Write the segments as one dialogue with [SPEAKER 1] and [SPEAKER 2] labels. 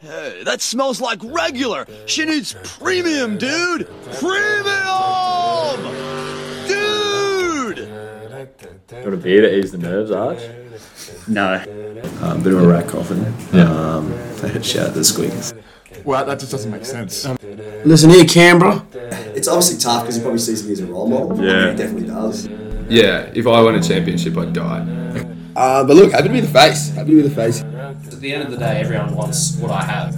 [SPEAKER 1] Hey, that smells like regular. She needs premium, dude. Premium, dude.
[SPEAKER 2] Got a beer to ease the nerves, Arch.
[SPEAKER 3] No.
[SPEAKER 4] Um, bit of a rat cough in there.
[SPEAKER 5] Yeah.
[SPEAKER 4] Um, shout out to the squeakers.
[SPEAKER 5] Well, that just doesn't make sense.
[SPEAKER 6] Listen here, Canberra.
[SPEAKER 7] It's obviously tough because he probably sees me as a role model.
[SPEAKER 2] Yeah.
[SPEAKER 7] He definitely does.
[SPEAKER 8] Yeah, if I won a championship, I'd die.
[SPEAKER 9] Uh, but look, happy to be the face. Happy to be the face.
[SPEAKER 3] At the end of the day, everyone wants what I have.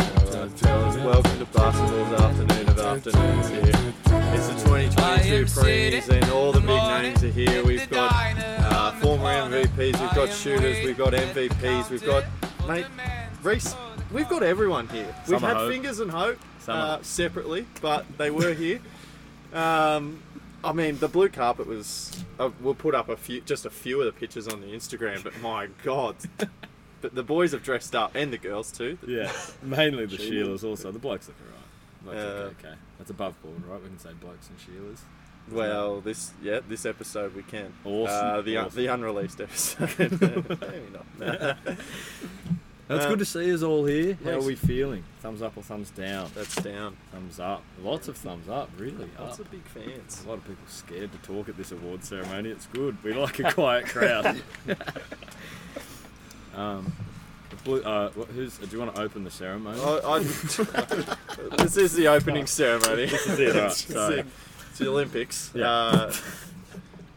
[SPEAKER 10] Welcome to Basketball's afternoon of afternoons here. It's the 2022 preseason. All the big names are here. We've got uh, former MVPs, we've got shooters, we've got MVPs, we've got mate Reese. We've got everyone here. We've
[SPEAKER 2] Summer
[SPEAKER 10] had
[SPEAKER 2] Hope.
[SPEAKER 10] fingers and hope
[SPEAKER 2] Summer
[SPEAKER 10] uh,
[SPEAKER 2] Hope.
[SPEAKER 10] separately, but they were here. Um, I mean, the blue carpet was. Uh, we'll put up a few, just a few of the pictures on the Instagram, but my god, but the boys have dressed up and the girls too.
[SPEAKER 2] Yeah, mainly the Sheilas also. The blokes look alright. Blokes look
[SPEAKER 10] Yeah.
[SPEAKER 2] okay. That's above board, right? We can say blokes and Sheilas.
[SPEAKER 10] Well, this yeah, this episode we can.
[SPEAKER 2] Awesome,
[SPEAKER 10] Uh, the
[SPEAKER 2] awesome.
[SPEAKER 10] the unreleased episode. Maybe not.
[SPEAKER 2] That's
[SPEAKER 10] Uh,
[SPEAKER 2] good to see us all here. How are
[SPEAKER 10] thanks.
[SPEAKER 2] we feeling? Thumbs up or thumbs down?
[SPEAKER 10] That's down.
[SPEAKER 2] Thumbs up. Lots of thumbs up, really.
[SPEAKER 10] Lots
[SPEAKER 2] up.
[SPEAKER 10] of big fans.
[SPEAKER 2] A lot of people scared to talk at this award ceremony. It's good. We like a quiet crowd. um, the blue, uh, wh- who's, do you want to open the ceremony?
[SPEAKER 10] I, I- this is the opening ceremony. This
[SPEAKER 2] is it, alright,
[SPEAKER 10] it's,
[SPEAKER 2] sorry.
[SPEAKER 10] the, it's the Olympics.
[SPEAKER 2] Yeah.
[SPEAKER 10] Uh,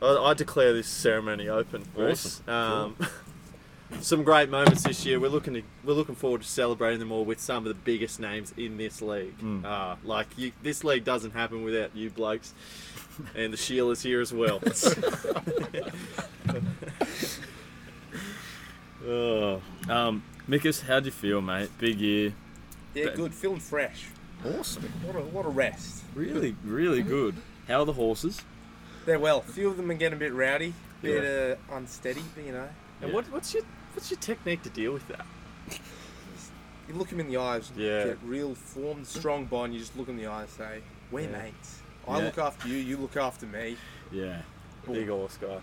[SPEAKER 10] I, I declare this ceremony open. Bruce.
[SPEAKER 2] Awesome.
[SPEAKER 10] Um, some great moments this year. We're looking to, we're looking forward to celebrating them all with some of the biggest names in this league.
[SPEAKER 2] Hmm.
[SPEAKER 10] Uh, like you, this league doesn't happen without you blokes, and the Sheila's here as well.
[SPEAKER 2] Oh. Um, Mikus, how'd you feel, mate? Big year.
[SPEAKER 9] Yeah, good. Feeling fresh.
[SPEAKER 2] Awesome.
[SPEAKER 9] What a, what a rest.
[SPEAKER 2] Really, really good. How are the horses?
[SPEAKER 9] They're well. A few of them are getting a bit rowdy, a bit
[SPEAKER 2] Yeah.
[SPEAKER 9] uh, unsteady, but you know.
[SPEAKER 10] And what, what's your what's your technique to deal with that?
[SPEAKER 9] You look them in the eyes, and
[SPEAKER 10] Yeah.
[SPEAKER 9] get real formed, strong bond. You just look in the eyes and say, We're
[SPEAKER 10] Yeah.
[SPEAKER 9] mates. I
[SPEAKER 2] Yeah.
[SPEAKER 9] look after you, you look after me.
[SPEAKER 2] Yeah.
[SPEAKER 10] Big horse guy.
[SPEAKER 2] Learn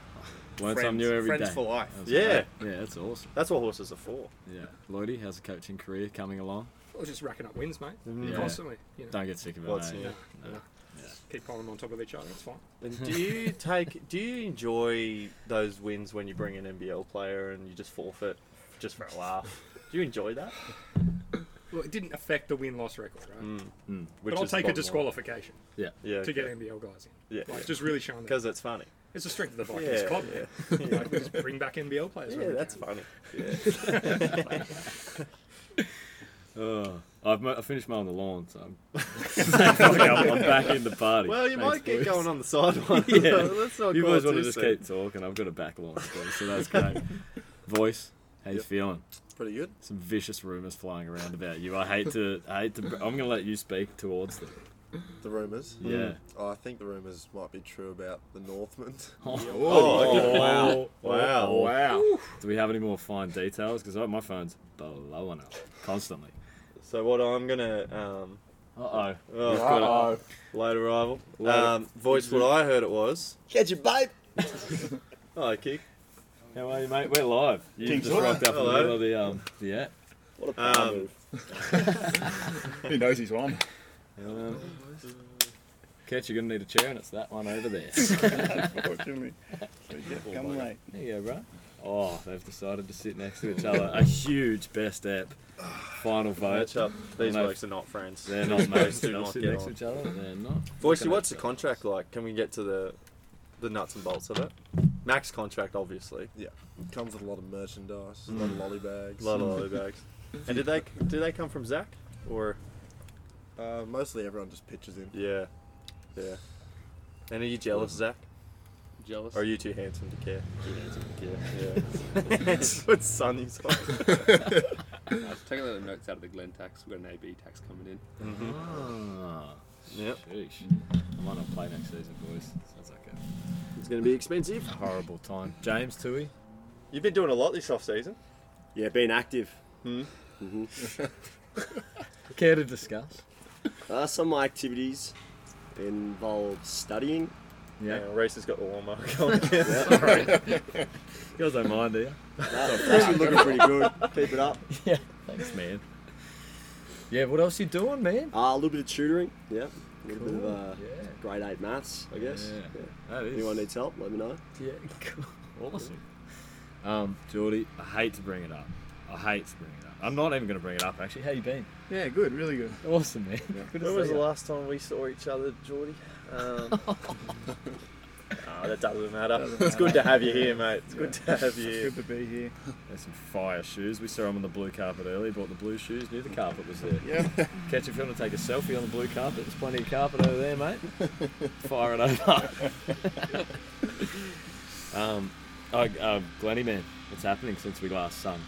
[SPEAKER 9] friends,
[SPEAKER 2] something new every day.
[SPEAKER 9] friends for life.
[SPEAKER 2] That's
[SPEAKER 10] Yeah.
[SPEAKER 2] great. Yeah, that's awesome.
[SPEAKER 10] That's what horses are for.
[SPEAKER 2] Yeah. Lloydie, how's the coaching career coming along?
[SPEAKER 11] Or just racking up wins, mate.
[SPEAKER 2] Yeah.
[SPEAKER 11] Mm, Constantly. You know,
[SPEAKER 2] Don't get sick of it,
[SPEAKER 10] What's
[SPEAKER 2] mate.
[SPEAKER 10] new?
[SPEAKER 11] keep piling them on top of each other. It's fine.
[SPEAKER 10] And do you take? Do you enjoy those wins when you bring an NBL player and you just forfeit just for a laugh? Do you enjoy that?
[SPEAKER 11] Well, it didn't affect the win loss record, right?
[SPEAKER 10] Mm, Which
[SPEAKER 11] but I'll
[SPEAKER 10] is
[SPEAKER 11] take a
[SPEAKER 10] bottom
[SPEAKER 11] disqualification
[SPEAKER 2] Yeah.
[SPEAKER 10] line. Yeah,
[SPEAKER 11] to get NBL guys in.
[SPEAKER 10] Yeah,
[SPEAKER 11] Like,
[SPEAKER 10] yeah.
[SPEAKER 11] just really showing that.
[SPEAKER 10] because it's funny.
[SPEAKER 11] It's the strength of the Vikings
[SPEAKER 10] Yeah,
[SPEAKER 11] club.
[SPEAKER 10] yeah.
[SPEAKER 11] man. Like, we just bring back NBL players. when
[SPEAKER 10] yeah,
[SPEAKER 11] we
[SPEAKER 10] that's
[SPEAKER 11] can.
[SPEAKER 10] funny. Yeah.
[SPEAKER 2] Oh, I've mo- I finished mowing the lawn, so I'm, I'm back in the party.
[SPEAKER 10] Well, you
[SPEAKER 2] Thanks,
[SPEAKER 10] might keep
[SPEAKER 2] boys.
[SPEAKER 10] going on the sideline.
[SPEAKER 2] Yeah.
[SPEAKER 10] Let's not
[SPEAKER 2] You
[SPEAKER 10] call it
[SPEAKER 2] guys want to
[SPEAKER 10] too
[SPEAKER 2] just
[SPEAKER 10] soon.
[SPEAKER 2] keep talking. I've got a back lawn, so- so that's great. Voice, how you feeling?
[SPEAKER 10] pretty good.
[SPEAKER 2] Some vicious rumours flying around about you. I hate to, I hate to. I'm gonna let you speak towards them.
[SPEAKER 12] The rumours.
[SPEAKER 10] Mm.
[SPEAKER 2] Yeah.
[SPEAKER 12] Oh, I think the rumours might be true about the Northmen.
[SPEAKER 2] wow!
[SPEAKER 10] Oh, Wow.
[SPEAKER 2] Oh, Wow! Do we have any more fine details? Because my phone's blowing up constantly.
[SPEAKER 10] So what I'm gonna um,
[SPEAKER 2] Uh oh.
[SPEAKER 10] oh,
[SPEAKER 5] Uh-oh.
[SPEAKER 10] late arrival
[SPEAKER 2] Late-
[SPEAKER 10] um, voice what I heard it was.
[SPEAKER 7] Catch it, babe.
[SPEAKER 10] Oh, kick.
[SPEAKER 2] How are you, mate? We're live. You just rocked up in the
[SPEAKER 10] Hello.
[SPEAKER 2] middle of the um. Yeah.
[SPEAKER 7] What a power
[SPEAKER 10] Um,
[SPEAKER 7] move.
[SPEAKER 5] He knows he's on.
[SPEAKER 2] Um, Catch, you're gonna need a chair, and it's that one over there.
[SPEAKER 5] Unfortunately. Come late.
[SPEAKER 2] There you go, bro. Oh, they've decided to sit next to each other. A huge best app final vote.
[SPEAKER 10] Match up. These
[SPEAKER 2] No.
[SPEAKER 10] blokes are not friends.
[SPEAKER 2] They're not
[SPEAKER 10] Those
[SPEAKER 2] mates.
[SPEAKER 10] do
[SPEAKER 2] They'll
[SPEAKER 10] not
[SPEAKER 2] sit
[SPEAKER 10] get
[SPEAKER 2] next to
[SPEAKER 10] on.
[SPEAKER 2] each other. They're not.
[SPEAKER 10] Voicey, what's the contract like? Can we get to the the nuts and bolts of it? Max contract, obviously.
[SPEAKER 12] Comes with a lot of merchandise, a lot of lolly bags.
[SPEAKER 10] A lot of lolly bags. And did they did they come from Zach or
[SPEAKER 12] Uh, mostly everyone just pitches in.
[SPEAKER 10] yeah, yeah? And are you jealous, Zach?
[SPEAKER 3] Jealous.
[SPEAKER 10] Or are you too handsome to care? Too handsome to care. Yeah. That's what Sonny's like.
[SPEAKER 3] I've taken the notes out of the Glen tax. We've got an AB tax coming in.
[SPEAKER 2] Ah,
[SPEAKER 10] Yep.
[SPEAKER 2] sheesh. I might not play next season, boys. Sounds like
[SPEAKER 10] It's gonna be expensive.
[SPEAKER 2] a horrible time. James Tui.
[SPEAKER 10] You've been doing a lot this off season.
[SPEAKER 3] Yeah, being active.
[SPEAKER 2] Care to discuss?
[SPEAKER 3] Uh, some of my activities involve studying,
[SPEAKER 2] Yeah.
[SPEAKER 10] Hang on, Reese has got the warm up going.
[SPEAKER 2] Yeah.
[SPEAKER 10] Sorry.
[SPEAKER 2] You guys don't mind, do you?
[SPEAKER 10] Chris is looking pretty good. Keep it up.
[SPEAKER 2] Yeah. Thanks, man. Yeah, what else you doing, man?
[SPEAKER 7] Uh, a little bit of tutoring, yeah. A little bit of
[SPEAKER 2] Cool,
[SPEAKER 7] uh, grade 8 maths, I guess.
[SPEAKER 2] Yeah,
[SPEAKER 7] Yeah.
[SPEAKER 2] that is-
[SPEAKER 7] Anyone needs help, let me know.
[SPEAKER 2] Yeah, cool. Awesome. Um, Geordie, I hate to bring it up. I hate to bring it up. I'm not even going to bring it up, actually. How you been?
[SPEAKER 5] Yeah, good, really good.
[SPEAKER 2] Awesome, man. Good to
[SPEAKER 10] When was
[SPEAKER 2] see
[SPEAKER 10] the
[SPEAKER 2] ya.
[SPEAKER 10] last time we saw each other, Geordie? Um, ah, that doesn't matter.
[SPEAKER 2] Doesn't
[SPEAKER 10] it's good to
[SPEAKER 2] matter.
[SPEAKER 10] have you here, mate. It's good
[SPEAKER 2] Yeah.
[SPEAKER 10] to have you
[SPEAKER 2] It's
[SPEAKER 10] here.
[SPEAKER 2] good to be here. There's some fire shoes. We saw him on the blue carpet earlier. Bought the blue shoes. Knew the carpet was there.
[SPEAKER 5] Yeah.
[SPEAKER 2] Catch if you want to take a selfie on the blue carpet. There's plenty of carpet over there, mate. Fire it over. um, oh, uh, Glenny man, what's happening since we last sung?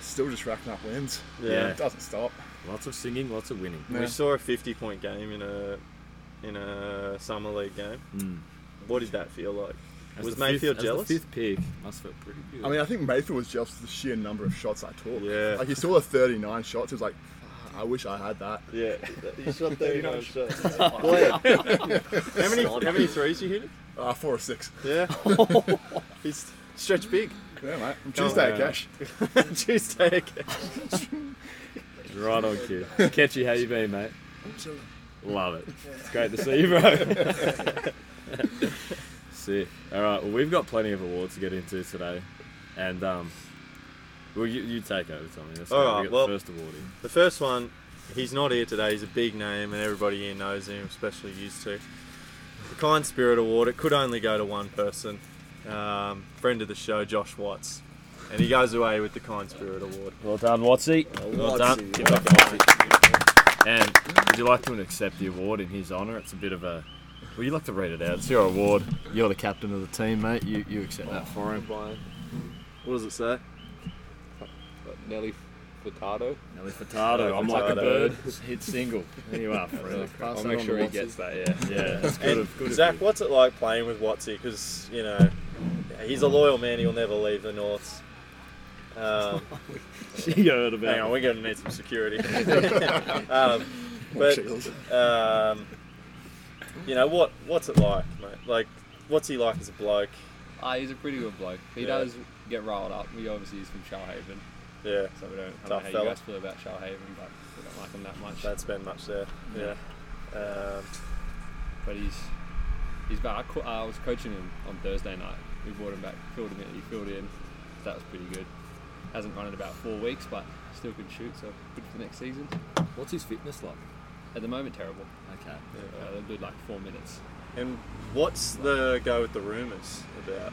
[SPEAKER 5] Still just racking up wins.
[SPEAKER 10] Yeah.
[SPEAKER 5] It doesn't stop.
[SPEAKER 2] Lots of singing, lots of winning.
[SPEAKER 10] We saw a 50 point game in a in a summer league game.
[SPEAKER 2] Mm.
[SPEAKER 10] What did that feel like?
[SPEAKER 2] As
[SPEAKER 10] was
[SPEAKER 2] the fifth-
[SPEAKER 10] Mayfield
[SPEAKER 2] as the
[SPEAKER 10] jealous?
[SPEAKER 2] fifth pick must feel pretty good.
[SPEAKER 5] I mean, I think Mayfield was jealous of the sheer number of shots I took.
[SPEAKER 10] Yeah.
[SPEAKER 5] Like, he saw the 39 shots. He was like, "Fuck, I wish I had that.
[SPEAKER 10] Yeah, you shot 39 shots. Boy.
[SPEAKER 5] How
[SPEAKER 10] How many- how many threes you hit?
[SPEAKER 5] Uh, four or six.
[SPEAKER 10] Yeah. He's stretch big.
[SPEAKER 5] Yeah, mate. I'm
[SPEAKER 10] Come
[SPEAKER 5] Tuesday
[SPEAKER 2] Oh,
[SPEAKER 10] on.
[SPEAKER 5] at Cash.
[SPEAKER 10] Tuesday at Cash.
[SPEAKER 2] Right on cue. Catchy, how you been, mate?
[SPEAKER 5] Chilling.
[SPEAKER 2] Love it. It's great to see you, bro. Sick. All right. Well, we've got plenty of awards to get into today, and um, well, you, you take over, Tommy. That's
[SPEAKER 10] All
[SPEAKER 2] fine.
[SPEAKER 10] right,
[SPEAKER 2] We got
[SPEAKER 10] well,
[SPEAKER 2] the first award in.
[SPEAKER 10] The first one, he's not here today. He's a big name, and everybody here knows him, especially used to. The Kind Spirit Award. It could only go to one person. Um, friend of the show, Josh Watts, and he goes away with the Kind Spirit Award.
[SPEAKER 2] Well done, Watsy.
[SPEAKER 10] Well
[SPEAKER 2] Well
[SPEAKER 10] done.
[SPEAKER 2] done. Give it up for Watsy. And would you like to accept the award in his honour? It's a bit of a. Well, you like to read it out. It's your award. You're the captain of the team, mate. You you accept that for him.
[SPEAKER 10] What does it say?
[SPEAKER 3] Nelly Furtado.
[SPEAKER 2] Nelly Furtado, I'm like a bird. Hit single. There you are, Fred.
[SPEAKER 10] Pass
[SPEAKER 2] I'll
[SPEAKER 10] that
[SPEAKER 2] make
[SPEAKER 10] on
[SPEAKER 2] sure
[SPEAKER 10] to
[SPEAKER 2] he
[SPEAKER 10] Watsy.
[SPEAKER 2] gets that. Yeah, yeah. That's good.
[SPEAKER 10] And
[SPEAKER 2] Of, good of
[SPEAKER 10] Zach, what's it like playing with Watsy? Because you know he's a loyal man. He'll never leave the Norths. Um,
[SPEAKER 2] you heard about.
[SPEAKER 10] Hang on, we're gonna need some security. um,
[SPEAKER 5] Shields.
[SPEAKER 10] but um, you know what? What's it like, mate? Like, what's he like as a bloke?
[SPEAKER 3] Ah, he's a pretty good bloke. He
[SPEAKER 10] Yeah.
[SPEAKER 3] does get rolled up. We obviously he's from Shoalhaven.
[SPEAKER 10] Yeah.
[SPEAKER 3] So we don't, I don't know
[SPEAKER 10] Tough
[SPEAKER 3] how
[SPEAKER 10] fella.
[SPEAKER 3] you guys feel about Shoalhaven, but we don't like him that much.
[SPEAKER 10] Don't spend much there. Yeah. Um,
[SPEAKER 3] but he's he's back. I, co- I was coaching him on Thursday night. We brought him back, filled him in, he filled in. So that was pretty good. Hasn't run in about four weeks, but still can shoot, so good for next season.
[SPEAKER 2] What's his fitness like?
[SPEAKER 3] At the moment, terrible.
[SPEAKER 2] Okay.
[SPEAKER 3] Uh, they'll do like four minutes.
[SPEAKER 10] and what's the go with the rumours about?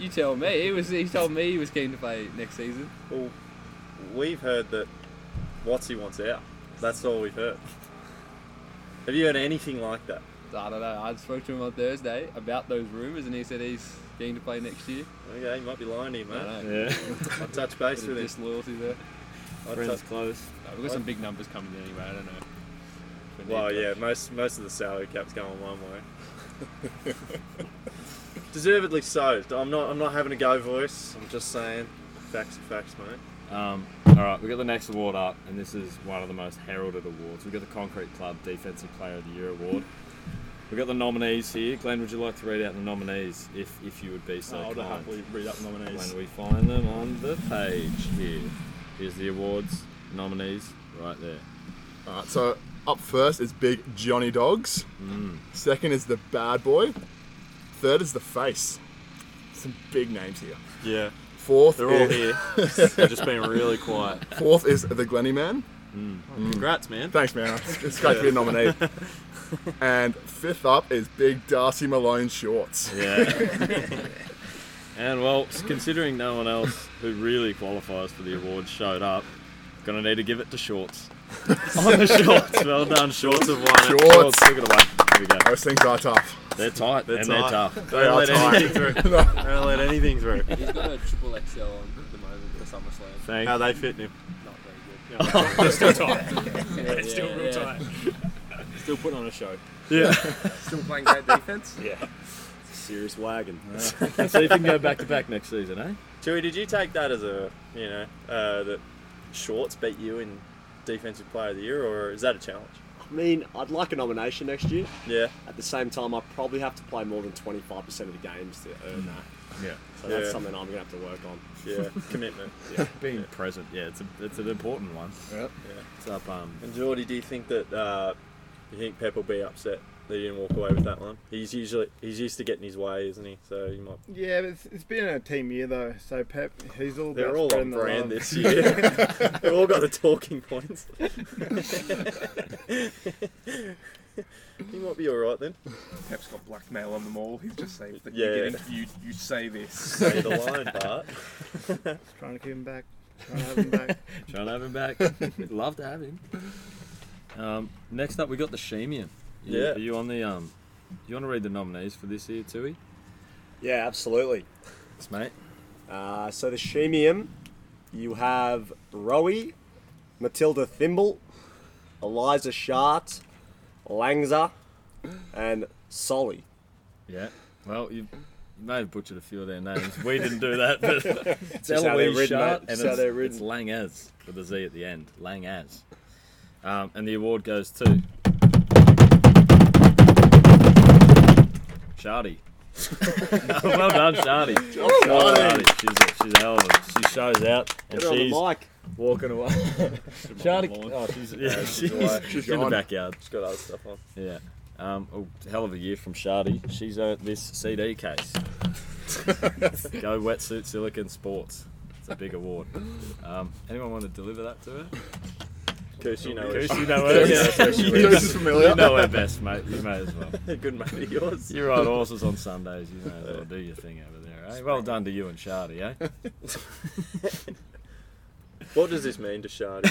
[SPEAKER 3] You tell me. He was. He told me he was keen to play next season.
[SPEAKER 10] Well, we've heard that Watsy wants out. That's all we've heard. Have you heard anything like that?
[SPEAKER 3] I don't know. I spoke to him on Thursday about those rumours, and he said he's keen to play next year.
[SPEAKER 10] Okay, you might be lying to you, mate.
[SPEAKER 3] I know.
[SPEAKER 2] Yeah.
[SPEAKER 10] I'll touch base
[SPEAKER 3] Bit
[SPEAKER 10] with
[SPEAKER 3] of
[SPEAKER 10] him.
[SPEAKER 3] disloyalty there.
[SPEAKER 10] I'll
[SPEAKER 2] Friends
[SPEAKER 10] touch-
[SPEAKER 2] close.
[SPEAKER 3] No, we've got some big numbers coming in anyway. I don't know. We need
[SPEAKER 10] Well,
[SPEAKER 3] to-
[SPEAKER 10] yeah, most most of the salary cap's going one way. Deservedly so. I'm not. I'm not having a go voice. I'm just saying, facts are facts, mate.
[SPEAKER 2] Um, all right, we got the next award up, and this is one of the most heralded awards. We've got the Concrete Club Defensive Player of the Year award. We've got the nominees here. Glenn, would you like to read out the nominees if, if you would be so
[SPEAKER 10] I would
[SPEAKER 2] kind?
[SPEAKER 10] happily read out Oh, the nominees.
[SPEAKER 2] When we find them on the page here. Here's the awards nominees right there.
[SPEAKER 5] All right, so up first is Big Johnny Dogs.
[SPEAKER 7] Mm.
[SPEAKER 5] Second is the Bad Boy. Third is the Face. Some big names here.
[SPEAKER 10] Yeah,
[SPEAKER 5] Fourth,
[SPEAKER 10] they're all
[SPEAKER 5] is-
[SPEAKER 10] here. They've just been really quiet.
[SPEAKER 5] Fourth is the Glenny Man.
[SPEAKER 10] Congrats, man.
[SPEAKER 5] Thanks, man. It's, it's great to be a nominee. and fifth up is Big Darcy Malone Shorts.
[SPEAKER 2] Yeah. and well, s- considering no one else who really qualifies for the award showed up, gonna need to give it to Shorts. On the shorts, well done, Shorts have won. it.
[SPEAKER 5] Shorts.
[SPEAKER 2] shorts took it away. Here we go.
[SPEAKER 5] Those things are tough.
[SPEAKER 2] They're tight
[SPEAKER 10] tight.
[SPEAKER 2] and they're tough.
[SPEAKER 10] Don't
[SPEAKER 5] are
[SPEAKER 10] let
[SPEAKER 5] tight.
[SPEAKER 10] anything through. Don't let anything through.
[SPEAKER 3] He's got a triple XL on at the moment for SummerSlam.
[SPEAKER 2] Thanks.
[SPEAKER 10] How they fitting him?
[SPEAKER 3] Not very good.
[SPEAKER 11] They're still tight. They're still real
[SPEAKER 3] yeah.
[SPEAKER 11] tight.
[SPEAKER 3] Still putting on a show.
[SPEAKER 2] Yeah.
[SPEAKER 9] Still playing great defense.
[SPEAKER 2] yeah. Serious wagon. See if you can go back to back next season, eh?
[SPEAKER 10] Chewy, did you take that as a you know uh, that Shorts beat you in Defensive Player of the Year, or is that a challenge?
[SPEAKER 7] I mean, I'd like a nomination next year.
[SPEAKER 10] Yeah.
[SPEAKER 7] At the same time, I probably have to play more than 25% of the games to earn that.
[SPEAKER 2] Yeah.
[SPEAKER 7] So that's
[SPEAKER 2] Yeah.
[SPEAKER 7] something I'm going to have to work on.
[SPEAKER 10] Yeah, commitment.
[SPEAKER 2] Yeah. Being present, yeah, it's a, it's an important one.
[SPEAKER 10] Yep.
[SPEAKER 2] Yeah. It's up. Um,
[SPEAKER 10] And Geordie, do you think that uh, you think Pep will be upset that he didn't walk away with that one? He's usually he's used to getting his way, isn't he? So he might.
[SPEAKER 13] Yeah, but it's, it's been a team year though, so Pep, he's all
[SPEAKER 10] They're
[SPEAKER 13] about
[SPEAKER 10] all on
[SPEAKER 13] spreading the
[SPEAKER 10] brand
[SPEAKER 13] love.
[SPEAKER 10] this year. They've all got the talking points. he might be all right then.
[SPEAKER 9] Pep's got blackmail on them all. He's Oh, just saying that
[SPEAKER 10] Yeah.
[SPEAKER 9] you get interviewed, you say this.
[SPEAKER 10] Say the line, Bart.
[SPEAKER 13] Just trying to keep him back. Trying to have him back.
[SPEAKER 2] Trying to have him back. We'd love to have him. Um, next up, we got the Shemian. You,
[SPEAKER 7] Yeah.
[SPEAKER 2] Are you on the um? You want to read the nominees for this year, Tui?
[SPEAKER 7] Yeah, absolutely.
[SPEAKER 2] Yes, mate.
[SPEAKER 7] Uh, so the Shemium, you have Rowie, Matilda Thimble, Eliza Shart, Langza, and Solly.
[SPEAKER 2] Yeah. Well, you, you may have butchered a few of their names. We didn't do that, but it's
[SPEAKER 7] Just how they're
[SPEAKER 2] Eloise
[SPEAKER 7] written,
[SPEAKER 2] Shart
[SPEAKER 7] mate.
[SPEAKER 2] and it's,
[SPEAKER 7] Just how they're
[SPEAKER 2] it's Lang as with a Z at the end. Lang as. Um, and the award goes to Shardy. well done, Shardy.
[SPEAKER 7] Job,
[SPEAKER 2] Well done,
[SPEAKER 7] Shardy.
[SPEAKER 2] She's a, she's a hell of a, she shows out and
[SPEAKER 7] Get her on the
[SPEAKER 2] she's
[SPEAKER 7] mic.
[SPEAKER 2] walking away. Shardy, oh, she's, yeah,
[SPEAKER 10] Yeah, she's
[SPEAKER 2] she's,
[SPEAKER 10] away. She's
[SPEAKER 2] she's in the
[SPEAKER 10] gone.
[SPEAKER 2] backyard.
[SPEAKER 10] She's got other stuff on.
[SPEAKER 2] Yeah. Um, a hell of a year from Shardy. She's at this CD case. Go Wetsuit Silicon Sports. It's a big award. Um, anyone want to deliver that to her?
[SPEAKER 10] Coosie, you know her.
[SPEAKER 2] Coosie, you know her. Yeah,
[SPEAKER 10] Coosie.
[SPEAKER 2] that's actually-
[SPEAKER 10] Coosie is familiar.
[SPEAKER 2] You know her best, mate. You may as well.
[SPEAKER 10] Good mate of yours.
[SPEAKER 2] You ride horses on Sundays. You may as well do your thing over there. Eh? Well done to you and Shardy, eh?
[SPEAKER 10] What does this mean to Shardy?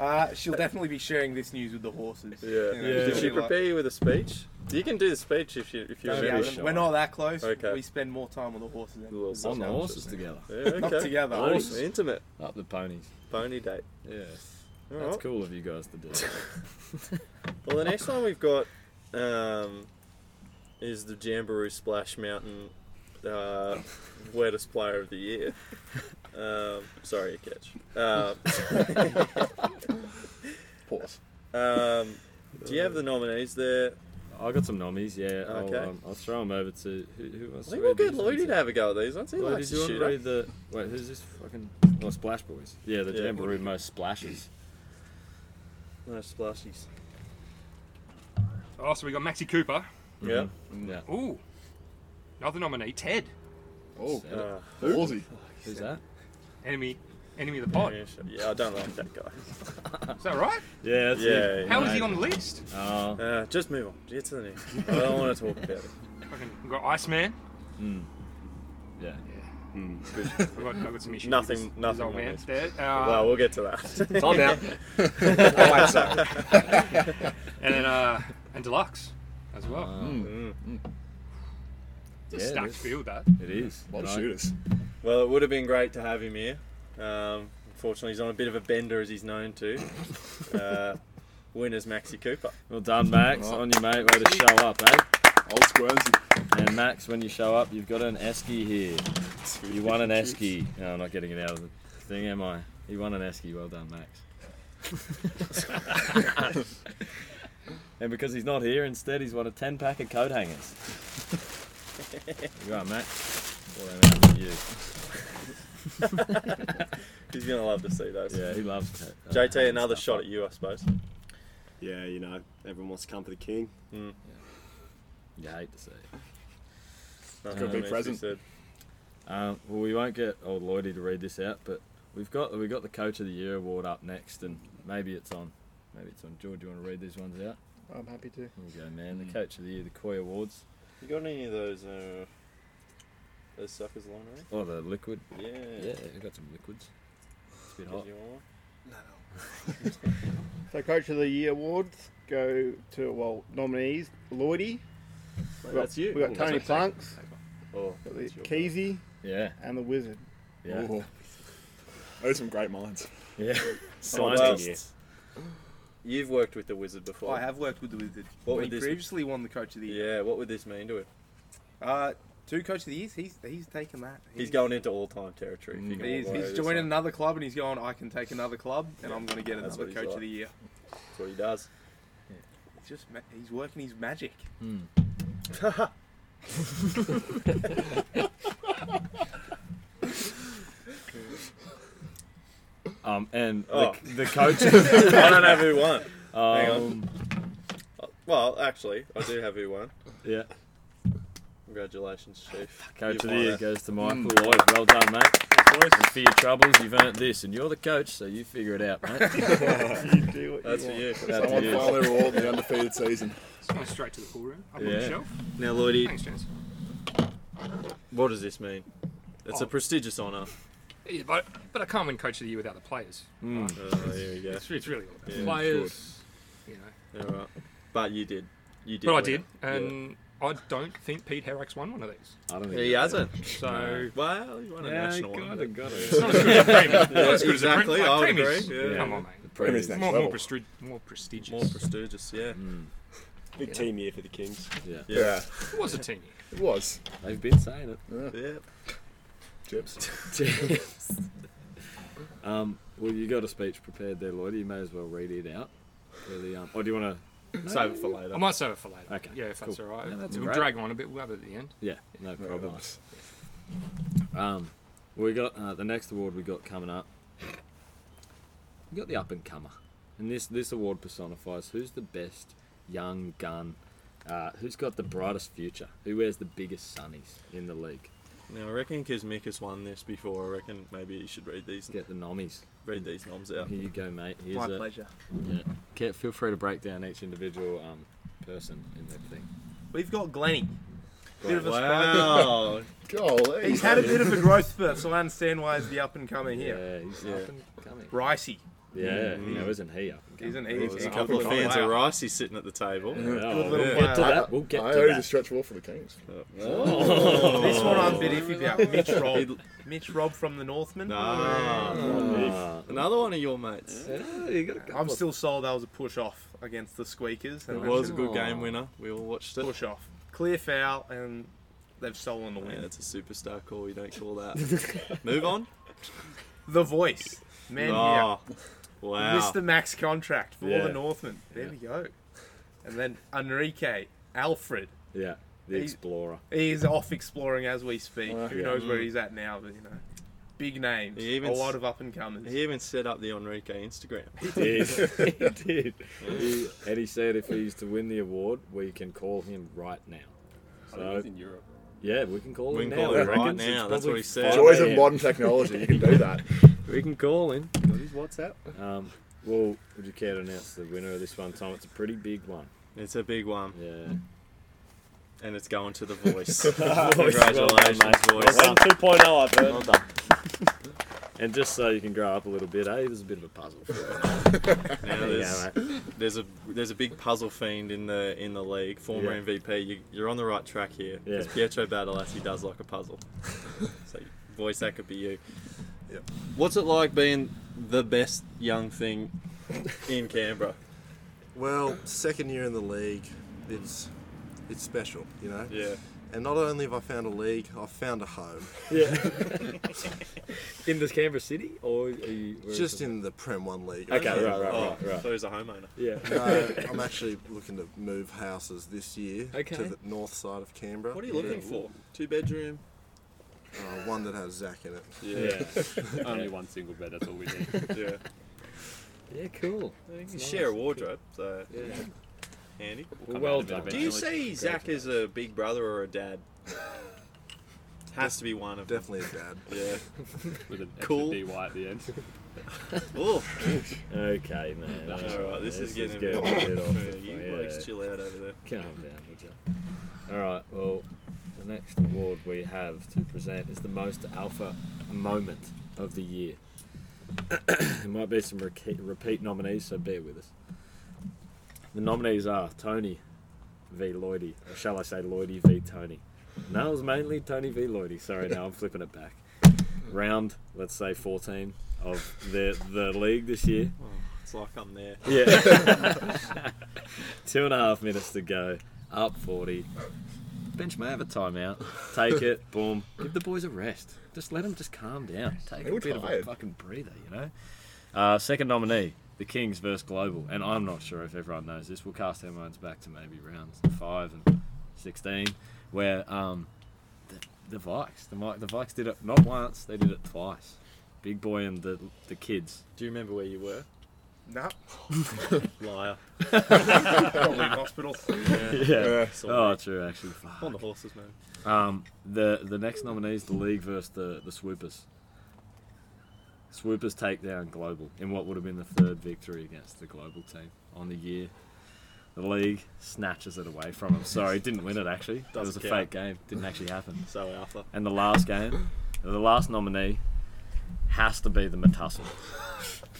[SPEAKER 9] Uh, she'll definitely be sharing this news with the horses.
[SPEAKER 10] Yeah. Did she prepare you with a speech? You can do the speech if you if you
[SPEAKER 9] No, we
[SPEAKER 10] remember.
[SPEAKER 9] haven't. We're not that close.
[SPEAKER 10] Okay.
[SPEAKER 9] We spend more time on the horses. Than
[SPEAKER 10] Little
[SPEAKER 2] On the
[SPEAKER 10] sandwiches.
[SPEAKER 2] horses together.
[SPEAKER 10] Yeah, okay.
[SPEAKER 9] Not together.
[SPEAKER 10] Nice. Intimate.
[SPEAKER 2] Up the ponies.
[SPEAKER 10] Pony date.
[SPEAKER 2] Yeah.
[SPEAKER 10] All
[SPEAKER 2] That's
[SPEAKER 10] right.
[SPEAKER 2] cool of you guys to do.
[SPEAKER 10] Well, the next one we've got um, is the Jamboree Splash Mountain uh, Wettest Player of the Year. Um, sorry, catch. Um,
[SPEAKER 2] Pause.
[SPEAKER 10] Um, do you have the nominees there?
[SPEAKER 2] I got some nommies, yeah.
[SPEAKER 10] Okay.
[SPEAKER 2] I'll, um, I'll throw them over to who, who wants
[SPEAKER 10] I
[SPEAKER 2] to
[SPEAKER 10] think
[SPEAKER 2] read
[SPEAKER 10] we'll get
[SPEAKER 2] these
[SPEAKER 10] Lloydie
[SPEAKER 2] ones?
[SPEAKER 10] to have a go at these ones. He
[SPEAKER 2] Lloydie,
[SPEAKER 10] likes to
[SPEAKER 2] do you want
[SPEAKER 10] shoot
[SPEAKER 2] to
[SPEAKER 10] up.
[SPEAKER 2] read the wait? Who's this fucking? Oh, Splash Boys. Yeah, the
[SPEAKER 10] Yeah.
[SPEAKER 2] Jamboree most splashes.
[SPEAKER 10] No splashies.
[SPEAKER 11] Oh, so we got Maxi Cooper.
[SPEAKER 10] Yeah.
[SPEAKER 2] Yeah.
[SPEAKER 11] Ooh. Another nominee, Ted.
[SPEAKER 5] Oh,
[SPEAKER 2] Said it. uh,
[SPEAKER 5] who? Aussie.
[SPEAKER 2] Who's that?
[SPEAKER 11] Enemy enemy of the pod.
[SPEAKER 10] Yeah, sure. Yeah, I don't like that guy.
[SPEAKER 11] Is that right?
[SPEAKER 2] Yeah, that's
[SPEAKER 10] yeah,
[SPEAKER 2] it.
[SPEAKER 11] How is he on the list?
[SPEAKER 2] Oh.
[SPEAKER 10] Uh, just move on. Get to the next. I don't want to talk about it.
[SPEAKER 11] Fucking- We've got Iceman.
[SPEAKER 2] Mm. Yeah.
[SPEAKER 11] I've got, I've got some issues.
[SPEAKER 10] Nothing-
[SPEAKER 11] with this,
[SPEAKER 10] nothing
[SPEAKER 11] This old
[SPEAKER 10] on
[SPEAKER 11] man.
[SPEAKER 10] this.
[SPEAKER 11] There, uh,
[SPEAKER 10] Well, we'll get to that.
[SPEAKER 11] Time out.
[SPEAKER 10] I won't say.
[SPEAKER 11] and then uh, and deluxe as well.
[SPEAKER 2] Mm.
[SPEAKER 11] It's a
[SPEAKER 10] Yeah, it
[SPEAKER 11] stacked
[SPEAKER 10] is.
[SPEAKER 11] field that.
[SPEAKER 2] It is.
[SPEAKER 11] Right.
[SPEAKER 10] Well, it would have been great to have him here. Um, unfortunately, he's on a bit of a bender, as he's known to. Uh, winner's Maxi Cooper.
[SPEAKER 2] Well done, Max.
[SPEAKER 10] Right.
[SPEAKER 2] On you, mate. Way to show up, eh? Old squirmsy. And Max, when you show up, you've got an esky here. You won an esky. No, I'm not getting it out of the thing, am I? You won an esky. Well done, Max. and because he's not here, instead he's won a ten pack of coat hangers. you are, Max. All them out for you.
[SPEAKER 10] He's gonna love to see those.
[SPEAKER 2] Yeah, he loves Ted.
[SPEAKER 10] JT, another shot at you, I suppose.
[SPEAKER 7] Yeah, you know, everyone wants to come for the king.
[SPEAKER 10] Mm.
[SPEAKER 2] You hate to see. it.
[SPEAKER 10] Nothing
[SPEAKER 5] gotta be
[SPEAKER 10] remains
[SPEAKER 5] present.
[SPEAKER 10] said.
[SPEAKER 2] Um, well, we won't get old Lloydie to read this out, but we've got we got the Coach of the Year award up next, and maybe it's on, maybe it's on. George, you want to read these ones out?
[SPEAKER 13] I'm happy to.
[SPEAKER 2] Here we go, man. The Coach of the Year, the Koi Awards.
[SPEAKER 10] You got any of those? Uh, those suckers lying around?
[SPEAKER 2] Oh, the liquid.
[SPEAKER 10] Yeah.
[SPEAKER 2] Yeah, we got some liquids. It's a bit hot.
[SPEAKER 10] Did you want one?
[SPEAKER 13] So, Coach of the Year awards go to, well, nominees
[SPEAKER 10] Mate,
[SPEAKER 13] Lloydie. we got,
[SPEAKER 10] that's you.
[SPEAKER 13] We got
[SPEAKER 10] Ooh,
[SPEAKER 13] Tony
[SPEAKER 10] that's what
[SPEAKER 13] Plunks,
[SPEAKER 10] Oh,
[SPEAKER 13] got the
[SPEAKER 10] that's your
[SPEAKER 13] Keezy,
[SPEAKER 2] Yeah.
[SPEAKER 13] and the Wizard.
[SPEAKER 2] Yeah.
[SPEAKER 5] Ooh. Those are some great minds.
[SPEAKER 2] Yeah.
[SPEAKER 10] Scientists. You've worked with the wizard before.
[SPEAKER 9] I have worked with the Wizard.
[SPEAKER 10] What
[SPEAKER 9] What
[SPEAKER 10] would
[SPEAKER 9] he
[SPEAKER 10] this-
[SPEAKER 9] previously won the Coach of the Year.
[SPEAKER 10] Yeah. What would this mean to him?
[SPEAKER 9] Uh, two Coach of the Years. He's he's taken that.
[SPEAKER 10] He's going into all-time
[SPEAKER 2] Mm.
[SPEAKER 10] territory. if he can walk
[SPEAKER 9] He's,
[SPEAKER 10] away
[SPEAKER 9] he's
[SPEAKER 10] with this one.
[SPEAKER 9] joining another club and he's going. I can take another club and I'm going to get
[SPEAKER 10] That's what
[SPEAKER 9] another
[SPEAKER 10] he's
[SPEAKER 9] Coach
[SPEAKER 10] like.
[SPEAKER 9] of the Year.
[SPEAKER 10] That's what he does.
[SPEAKER 9] He's just ma- he's working his magic.
[SPEAKER 2] Um, and
[SPEAKER 10] Oh.
[SPEAKER 2] the, the coach.
[SPEAKER 10] I don't have who won. Hang
[SPEAKER 2] Um,
[SPEAKER 10] on. Well, actually, I do have who won.
[SPEAKER 2] Yeah.
[SPEAKER 10] Congratulations, Chief.
[SPEAKER 2] Coach
[SPEAKER 10] You've
[SPEAKER 2] of the year
[SPEAKER 10] won it.
[SPEAKER 2] goes to Michael Lloyd. Well done, mate. And for your troubles, you've earned this, and you're the coach, so you figure it out, mate.
[SPEAKER 13] You do what you
[SPEAKER 10] That's for
[SPEAKER 13] want.
[SPEAKER 10] you. That's for
[SPEAKER 5] Someone
[SPEAKER 10] you.
[SPEAKER 5] finally rewarded the undefeated season.
[SPEAKER 11] It's going straight to the pool room. Up on
[SPEAKER 10] Yeah.
[SPEAKER 11] the shelf.
[SPEAKER 10] Now, Lloydie-
[SPEAKER 11] Thanks, James.
[SPEAKER 10] What does this mean? It's
[SPEAKER 11] Oh.
[SPEAKER 10] a prestigious honour.
[SPEAKER 11] Yeah, but, but I can't win Coach of the Year without the players.
[SPEAKER 10] Mm.
[SPEAKER 11] right?
[SPEAKER 10] Oh, here we go.
[SPEAKER 11] It's, it's really all about
[SPEAKER 10] Yeah,
[SPEAKER 11] players. You know.
[SPEAKER 10] All right. But you did. You did.
[SPEAKER 11] but I
[SPEAKER 10] win
[SPEAKER 11] did,
[SPEAKER 10] it. Yeah.
[SPEAKER 11] and I don't think Pete Herrick's won one of these.
[SPEAKER 2] I don't
[SPEAKER 10] He hasn't.
[SPEAKER 11] So
[SPEAKER 10] No. well, he won a
[SPEAKER 11] Yeah,
[SPEAKER 10] national
[SPEAKER 11] kinda
[SPEAKER 10] one. but-
[SPEAKER 11] got it. It's not as good as a Premier. Not as good as a Premier.
[SPEAKER 10] exactly.
[SPEAKER 11] Like,
[SPEAKER 10] I would
[SPEAKER 11] Premier's-
[SPEAKER 10] agree. Yeah.
[SPEAKER 11] come on, mate.
[SPEAKER 10] The
[SPEAKER 11] Premier's
[SPEAKER 10] Premier's
[SPEAKER 11] next
[SPEAKER 10] more,
[SPEAKER 11] level.
[SPEAKER 10] more,
[SPEAKER 11] prestri- more prestigious.
[SPEAKER 10] more prestigious. Yeah.
[SPEAKER 7] Big team year for the Kings.
[SPEAKER 2] Yeah.
[SPEAKER 10] Yeah.
[SPEAKER 11] It was a team.
[SPEAKER 5] It was.
[SPEAKER 2] They've been saying it.
[SPEAKER 10] Yeah.
[SPEAKER 5] Chips.
[SPEAKER 2] Um, well, you got a speech prepared there, Lloyd. You may as well read it out. Really, um, or do you want to
[SPEAKER 10] Save it for later.
[SPEAKER 11] I might save it for later.
[SPEAKER 2] Okay,
[SPEAKER 11] Yeah, if that's all
[SPEAKER 2] cool.
[SPEAKER 11] right.
[SPEAKER 2] Yeah, that's
[SPEAKER 11] we'll
[SPEAKER 2] great.
[SPEAKER 11] drag on a bit. We'll have it at the end.
[SPEAKER 2] Yeah, no problem. Um, we got uh, the next award we got coming up. We got the up and comer, and this this award personifies who's the best young gun, uh, who's got the brightest future, who wears the biggest sunnies in the league.
[SPEAKER 10] Now I reckon Kismick has won this before. I reckon maybe you should read these.
[SPEAKER 2] Get the nommies.
[SPEAKER 10] Read these noms out.
[SPEAKER 2] Here you go, mate. Here's
[SPEAKER 9] My
[SPEAKER 2] a-
[SPEAKER 9] pleasure.
[SPEAKER 2] Yeah. Ke- Feel free to break down each individual um, person in that thing.
[SPEAKER 9] We've got Glenny. Bit of a
[SPEAKER 10] Wow.
[SPEAKER 9] spike.
[SPEAKER 5] Golly.
[SPEAKER 9] he's had a bit of a growth spurt, so I understand why he's the up and comer here.
[SPEAKER 2] Yeah, he's up and coming.
[SPEAKER 9] Ricey.
[SPEAKER 2] Yeah,
[SPEAKER 10] Mm.
[SPEAKER 2] you know, isn't he up? and
[SPEAKER 9] Isn't he?
[SPEAKER 10] There's
[SPEAKER 9] He's
[SPEAKER 10] a
[SPEAKER 9] an
[SPEAKER 10] couple of
[SPEAKER 9] up-and-comer.
[SPEAKER 10] fans of Ricey sitting at the table.
[SPEAKER 2] Yeah,
[SPEAKER 9] Good little
[SPEAKER 10] yeah.
[SPEAKER 9] player.
[SPEAKER 2] Get to that. We'll get
[SPEAKER 5] I
[SPEAKER 2] to
[SPEAKER 5] owe the
[SPEAKER 2] that.
[SPEAKER 5] stretch wall for the Kings.
[SPEAKER 2] Oh.
[SPEAKER 9] This one I'm a bit iffy about. Mitch Rob. Mitch Rob from the Northmen.
[SPEAKER 10] Ah,
[SPEAKER 2] Ah.
[SPEAKER 10] Another one of your mates.
[SPEAKER 9] I'm still sold that was a push off against the Squeakers.
[SPEAKER 10] It
[SPEAKER 9] and
[SPEAKER 10] was a good game winner. We all watched it.
[SPEAKER 9] Push off. Clear foul, and they've stolen the
[SPEAKER 10] Yeah,
[SPEAKER 9] win.
[SPEAKER 10] that's a superstar call. You don't call that. Move on.
[SPEAKER 9] The voice. Man here.
[SPEAKER 10] oh, wow.
[SPEAKER 9] Missed the max contract for
[SPEAKER 2] Yeah.
[SPEAKER 9] the Northmen. There
[SPEAKER 2] Yeah.
[SPEAKER 9] we go. And then Enrique, Alfred.
[SPEAKER 2] Yeah, the
[SPEAKER 9] He-
[SPEAKER 2] explorer.
[SPEAKER 9] He is off exploring as we speak. Who
[SPEAKER 2] yeah.
[SPEAKER 9] knows where he's at now, but you know. Big names.
[SPEAKER 10] Mm. He even
[SPEAKER 9] a
[SPEAKER 10] s-
[SPEAKER 9] lot of up and comers.
[SPEAKER 10] He even set up the Enrique Instagram.
[SPEAKER 2] did. he did. He, and he said if he's to win the award, we can call him right now. So,
[SPEAKER 3] Oh, in Europe.
[SPEAKER 2] yeah, we can call
[SPEAKER 10] We
[SPEAKER 2] him
[SPEAKER 10] can
[SPEAKER 2] now.
[SPEAKER 10] call
[SPEAKER 2] I
[SPEAKER 10] him right
[SPEAKER 2] reckon.
[SPEAKER 10] now,
[SPEAKER 2] It's
[SPEAKER 10] that's
[SPEAKER 2] probably
[SPEAKER 10] what he said.
[SPEAKER 5] Joys of
[SPEAKER 2] 5
[SPEAKER 5] modern technology. You can do that.
[SPEAKER 10] We can call him.
[SPEAKER 2] a.m.. Um, well, would you care to announce the winner of this one, Tom? It's a pretty big one.
[SPEAKER 10] It's a big one,
[SPEAKER 2] Yeah.
[SPEAKER 10] and it's going to the voice.
[SPEAKER 2] Uh,
[SPEAKER 10] Congratulations, voice.
[SPEAKER 2] Well done. 2.0, I've heard. And just so you can grow up a little bit, eh? There's a bit of a puzzle. For you.
[SPEAKER 10] Now
[SPEAKER 2] There you
[SPEAKER 10] there's,
[SPEAKER 2] go, mate.
[SPEAKER 10] there's a there's a big puzzle fiend in the in the league. Former
[SPEAKER 2] Yeah.
[SPEAKER 10] MVP. You, you're on the right track here because
[SPEAKER 2] Yeah.
[SPEAKER 10] Pietro Badalassi does like a puzzle. so, voice that could be you.
[SPEAKER 5] Yep.
[SPEAKER 10] What's it like being the best young thing in Canberra?
[SPEAKER 12] Well, second year in the league, it's it's special, you know.
[SPEAKER 10] Yeah.
[SPEAKER 12] And not only have I found a league, I've found a home.
[SPEAKER 2] In the Canberra city, or are you where is
[SPEAKER 12] Just
[SPEAKER 2] it?
[SPEAKER 12] in the Prem One League. Um,
[SPEAKER 2] Okay, right, right,
[SPEAKER 10] Oh,
[SPEAKER 2] right, right.
[SPEAKER 10] so he's a homeowner.
[SPEAKER 2] Yeah.
[SPEAKER 12] No, I'm actually looking to move houses this year to
[SPEAKER 2] Okay.
[SPEAKER 12] the north side of Canberra.
[SPEAKER 10] What are you looking for? Two bedroom.
[SPEAKER 12] Uh, one that has Zach in it.
[SPEAKER 2] Yeah.
[SPEAKER 3] Only one single bed. That's all we need.
[SPEAKER 10] yeah.
[SPEAKER 2] Yeah. Cool.
[SPEAKER 10] You can
[SPEAKER 2] Nice.
[SPEAKER 10] share a wardrobe, so
[SPEAKER 2] Yeah.
[SPEAKER 10] handy.
[SPEAKER 2] Well,
[SPEAKER 3] Come
[SPEAKER 2] well
[SPEAKER 3] out of it
[SPEAKER 2] done.
[SPEAKER 10] Do you
[SPEAKER 3] Definitely.
[SPEAKER 10] see Zach as a big brother or a dad? Has to be one of them.
[SPEAKER 12] Definitely a dad.
[SPEAKER 10] Yeah.
[SPEAKER 3] With an
[SPEAKER 10] Cool.
[SPEAKER 3] cool. extra DY at the end.
[SPEAKER 10] Oh,
[SPEAKER 2] Okay, man.
[SPEAKER 10] all right. This, is getting
[SPEAKER 2] good.
[SPEAKER 10] a bit
[SPEAKER 2] Get off the-
[SPEAKER 10] You
[SPEAKER 2] yeah.
[SPEAKER 10] blokes chill out over there.
[SPEAKER 2] Calm down, would you? All right. Well, the next award we have to present is the most alpha moment of the year. there might be some repeat, repeat nominees, so bear with us. The nominees are Tony v Lloydie, or shall I say Lloydie v Tony? No, it was mainly Tony v Lloydie. Sorry, now I'm flipping it back. Round, let's say 14 of the the league this year.
[SPEAKER 10] It's like I'm there.
[SPEAKER 2] Yeah. Two and a half minutes to go. Up 40. Bench may have a timeout. Take it. Boom. Give the boys a rest. Just let them just calm down. Take
[SPEAKER 5] They
[SPEAKER 2] a
[SPEAKER 5] were
[SPEAKER 2] bit of a
[SPEAKER 5] tired.
[SPEAKER 2] fucking breather, you know? Uh, second nominee, the Kings versus Global, and I'm not sure if everyone knows this. We'll cast our minds back to maybe rounds five and sixteen, where um, the, the Vikes, the Mi- the Vikes did it not once, they did it twice. Big boy and the the kids. Do you remember where you were?
[SPEAKER 9] No.
[SPEAKER 2] Liar.
[SPEAKER 9] Probably in hospital.
[SPEAKER 2] Yeah.
[SPEAKER 9] Yeah.
[SPEAKER 2] Oh, true. Actually, fuck.
[SPEAKER 9] On the horses, man.
[SPEAKER 2] Um, the the next nominees, the league versus the the Swoopers. Swoopers take down Global in what would have been the third victory against the Global team on the year. The league snatches it away from them. Sorry, didn't win it actually. It was a
[SPEAKER 10] Doesn't count.
[SPEAKER 2] fake game. Didn't actually happen.
[SPEAKER 10] So alpha.
[SPEAKER 2] And the last game, the last nominee, has to be the Matussle.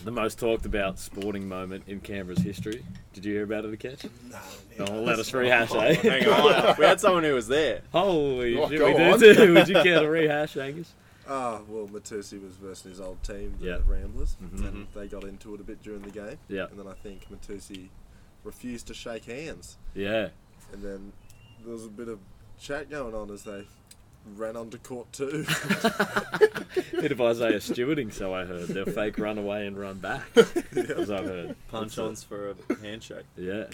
[SPEAKER 2] The most talked about sporting moment in Canberra's history. Did you hear about it, Catch? No. Oh, let us rehash, eh?
[SPEAKER 10] Hang on. we had someone who was there.
[SPEAKER 2] Holy
[SPEAKER 10] Oh,
[SPEAKER 2] shit,
[SPEAKER 10] go
[SPEAKER 2] we
[SPEAKER 10] on.
[SPEAKER 2] do too. Would you care to rehash, Angus?
[SPEAKER 12] Ah, well, Matusi was versus his old team, the
[SPEAKER 2] Yeah.
[SPEAKER 12] Ramblers,
[SPEAKER 2] Mhm.
[SPEAKER 12] and they got into it a bit during the game.
[SPEAKER 2] Yeah.
[SPEAKER 12] And then I think Matusi refused to shake hands.
[SPEAKER 2] Yeah.
[SPEAKER 12] And then there was a bit of chat going on as they ran onto court too.
[SPEAKER 2] Bit of Isaiah stewarding, so I heard. They'll fake run away and run back, as I've heard.
[SPEAKER 10] Punch-ons for a handshake.
[SPEAKER 2] Yeah.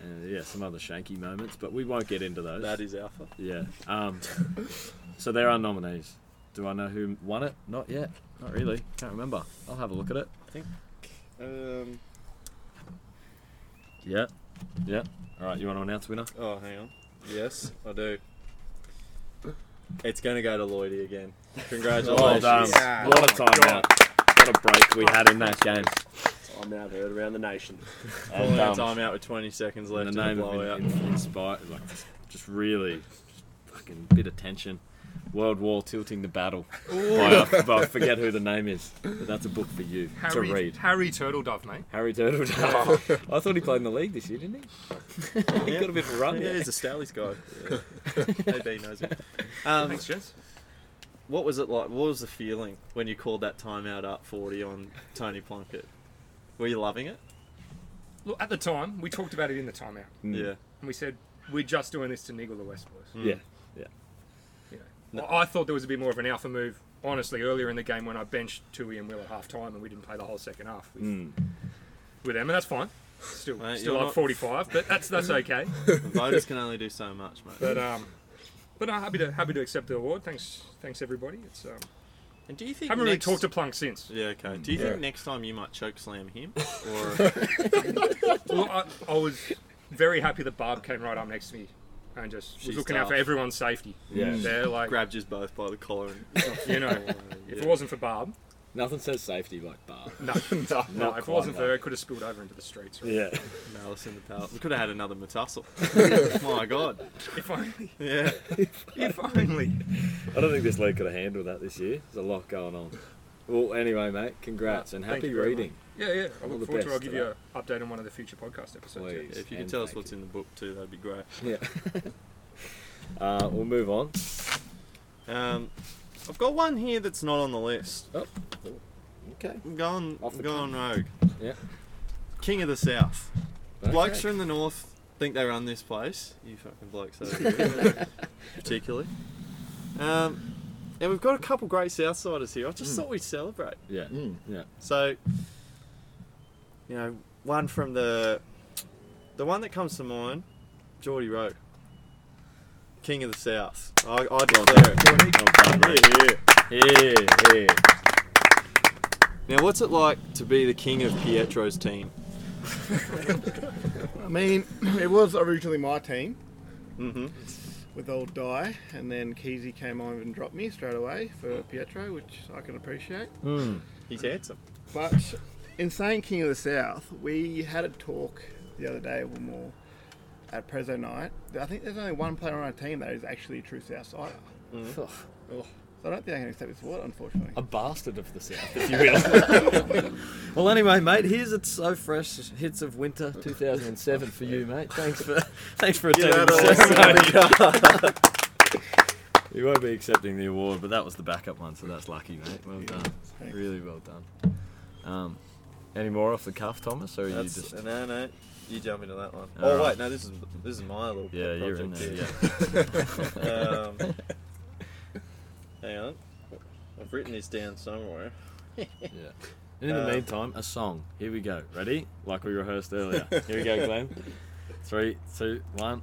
[SPEAKER 2] Uh, yeah, some other shanky moments, but we won't get into those.
[SPEAKER 10] That is alpha.
[SPEAKER 2] Yeah. Um, so there are nominees. Do I know who won it? Not yet. Not really. Can't remember. I'll have a look at it. I think.
[SPEAKER 9] Um,
[SPEAKER 2] Yeah. Yeah. All right. You want to announce winner?
[SPEAKER 10] Oh, hang on. Yes, I do. It's going to go to Lloydie again. Congratulations.
[SPEAKER 2] Well done. um, What a timeout. What a break we had in that game.
[SPEAKER 10] Timeout heard around the nation.
[SPEAKER 2] And,
[SPEAKER 10] And
[SPEAKER 2] um,
[SPEAKER 10] timeout with 20 seconds left
[SPEAKER 2] in
[SPEAKER 10] in
[SPEAKER 2] the
[SPEAKER 10] a
[SPEAKER 2] name of
[SPEAKER 10] blowout.
[SPEAKER 2] in, in, inspire, like just- just really just fucking bit of tension. World War tilting the battle.
[SPEAKER 11] Ooh.
[SPEAKER 2] By, I, by- I forget who the name is, but that's a book for you
[SPEAKER 11] Harry,
[SPEAKER 2] to read.
[SPEAKER 11] Harry Turtledove, mate.
[SPEAKER 2] Harry Turtle. I thought he played in the league this year, didn't he? he got a bit of a run.
[SPEAKER 10] Yeah, he's a Stallies guy. Yeah. AB knows him. Um,
[SPEAKER 11] Thanks, Jess.
[SPEAKER 10] What was it like? What was the feeling when you called that timeout up 40 on Tony Plunkett? Were you loving it?
[SPEAKER 11] Look, at the time, we talked about it in the timeout.
[SPEAKER 10] Mm. Yeah.
[SPEAKER 11] And we said, we're just doing this to niggle the West Boys.
[SPEAKER 2] Yeah, yeah.
[SPEAKER 11] You know, I I thought there was a bit more of an alpha move, honestly, earlier in the game when I benched Tui and Will at half time and we didn't play the whole second half with,
[SPEAKER 2] Mm.
[SPEAKER 11] with them, and that's fine. Still,
[SPEAKER 10] Mate,
[SPEAKER 11] still
[SPEAKER 10] you're
[SPEAKER 11] up
[SPEAKER 10] not-
[SPEAKER 11] 45, but that's that's okay.
[SPEAKER 10] Voters can only do so much, mate.
[SPEAKER 11] But um, but I'm happy to happy to accept the award. Tings thanks everybody. It's um,
[SPEAKER 10] and do you think
[SPEAKER 11] haven't
[SPEAKER 10] next-
[SPEAKER 11] really talked to Plunk since.
[SPEAKER 10] Yeah, okay.
[SPEAKER 2] Mm.
[SPEAKER 10] Do you
[SPEAKER 11] Yeah.
[SPEAKER 10] think next time you might choke slam him? Or
[SPEAKER 11] well, I, I was very happy that Barb came right up next to me and just was
[SPEAKER 10] She's
[SPEAKER 11] looking out for
[SPEAKER 10] tough.
[SPEAKER 11] everyone's safety.
[SPEAKER 10] Yeah.
[SPEAKER 11] There, like
[SPEAKER 10] grabbed us both by the collar and
[SPEAKER 11] you know, if it wasn't for Barb,
[SPEAKER 2] Nothing says safety like bar.
[SPEAKER 11] no, no,
[SPEAKER 2] Not
[SPEAKER 11] if it
[SPEAKER 2] quite
[SPEAKER 11] wasn't for
[SPEAKER 2] like-
[SPEAKER 11] her, it could have spilled over into the streets. Right?
[SPEAKER 2] Yeah.
[SPEAKER 10] Malice in the palace. We could have had another Matussle. My God.
[SPEAKER 11] If only.
[SPEAKER 10] Yeah.
[SPEAKER 11] if only.
[SPEAKER 2] I don't think this league could have handled that this year. There's a lot going on. Well, anyway, mate, congrats and
[SPEAKER 11] Thank
[SPEAKER 2] happy
[SPEAKER 11] you very
[SPEAKER 2] reading.
[SPEAKER 11] much. Yeah, yeah. I
[SPEAKER 2] All
[SPEAKER 11] look
[SPEAKER 2] the
[SPEAKER 11] forward to. it. I'll
[SPEAKER 2] best
[SPEAKER 11] give
[SPEAKER 2] to
[SPEAKER 11] you an update on one of the future podcast episodes. yeah.
[SPEAKER 2] Please.
[SPEAKER 10] If you can
[SPEAKER 2] And
[SPEAKER 10] tell us
[SPEAKER 2] thank
[SPEAKER 10] what's in the book too, that'd be great.
[SPEAKER 2] Yeah. Uh, we'll move on.
[SPEAKER 10] Um, I've got one here that's not on the list.
[SPEAKER 2] Oh, okay.
[SPEAKER 10] I'm going,
[SPEAKER 2] Off
[SPEAKER 10] I'm
[SPEAKER 2] the
[SPEAKER 10] going rogue.
[SPEAKER 2] Yeah.
[SPEAKER 10] King of the South.
[SPEAKER 2] Okay.
[SPEAKER 10] Blokes from the North think they run this place. You fucking blokes over here. Particularly. Um, and we've got a couple great Southsiders here. I just thought we'd celebrate.
[SPEAKER 2] Yeah.
[SPEAKER 11] Mm.
[SPEAKER 2] Yeah.
[SPEAKER 10] So, you know, one from the the one that comes to mind, Geordie Road, King of the South. I, I declare it.
[SPEAKER 2] Yeah, yeah.
[SPEAKER 10] Now, what's it like to be the king of Pietro's team?
[SPEAKER 13] I mean, it was originally my team
[SPEAKER 10] Mm-hmm.
[SPEAKER 13] with old Di, and then Keezy came on and dropped me straight away for Pietro, which I can appreciate.
[SPEAKER 10] He's handsome.
[SPEAKER 13] But in saying King of the South, we had a talk the other day when we were at Prezzo night. I think there's only one player on our team that is actually a true Southsider.
[SPEAKER 2] Mm.
[SPEAKER 13] So I don't think I can accept this award, unfortunately.
[SPEAKER 2] A bastard of the South, if you will. well, anyway, mate, here's it's so fresh hits of winter 2007 for you, mate. Thanks for thanks for
[SPEAKER 10] Get
[SPEAKER 2] attending.
[SPEAKER 10] out of
[SPEAKER 2] the ceremony. you won't be accepting the award, but that was the backup one, so that's lucky, mate. Well done, really well done. Um, any more off the cuff, Thomas, or are
[SPEAKER 10] That's,
[SPEAKER 2] you just
[SPEAKER 10] No, no, you jump into that one.
[SPEAKER 2] All
[SPEAKER 10] oh
[SPEAKER 2] right.
[SPEAKER 10] wait, no, this is this is my little
[SPEAKER 2] Yeah,
[SPEAKER 10] pet
[SPEAKER 2] you're in
[SPEAKER 10] project
[SPEAKER 2] there,
[SPEAKER 10] here.
[SPEAKER 2] yeah.
[SPEAKER 10] um, hang on, I've written this down somewhere.
[SPEAKER 2] yeah. And in the
[SPEAKER 10] Uh,
[SPEAKER 2] meantime, a song. Here we go. Ready? Like we rehearsed earlier. Here we go, Glenn. Three, two, one.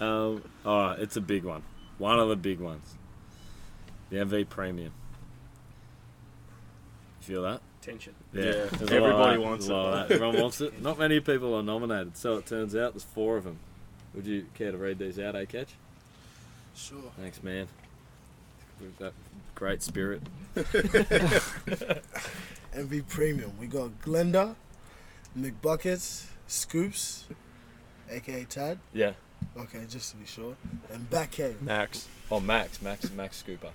[SPEAKER 2] um, all right, it's a big one. One of the big ones. The MV Premium. You feel that?
[SPEAKER 11] Tension.
[SPEAKER 2] Yeah.
[SPEAKER 11] Yeah.
[SPEAKER 2] There's a lot
[SPEAKER 11] Everybody
[SPEAKER 2] of that,
[SPEAKER 11] wants
[SPEAKER 2] there's a lot
[SPEAKER 11] it.
[SPEAKER 2] of that. Everyone wants it. Not many people are nominated, so it turns out there's four of them. Would you care to read these out, eh, Catch?
[SPEAKER 12] Sure.
[SPEAKER 2] Thanks, man. With that great spirit.
[SPEAKER 14] MV Premium. We got Glenda, McBuckets, Scoops, aka Tad.
[SPEAKER 2] Yeah.
[SPEAKER 14] Okay, just to be sure. And Back K.
[SPEAKER 10] Max. Oh, Max. Max. Max Scooper.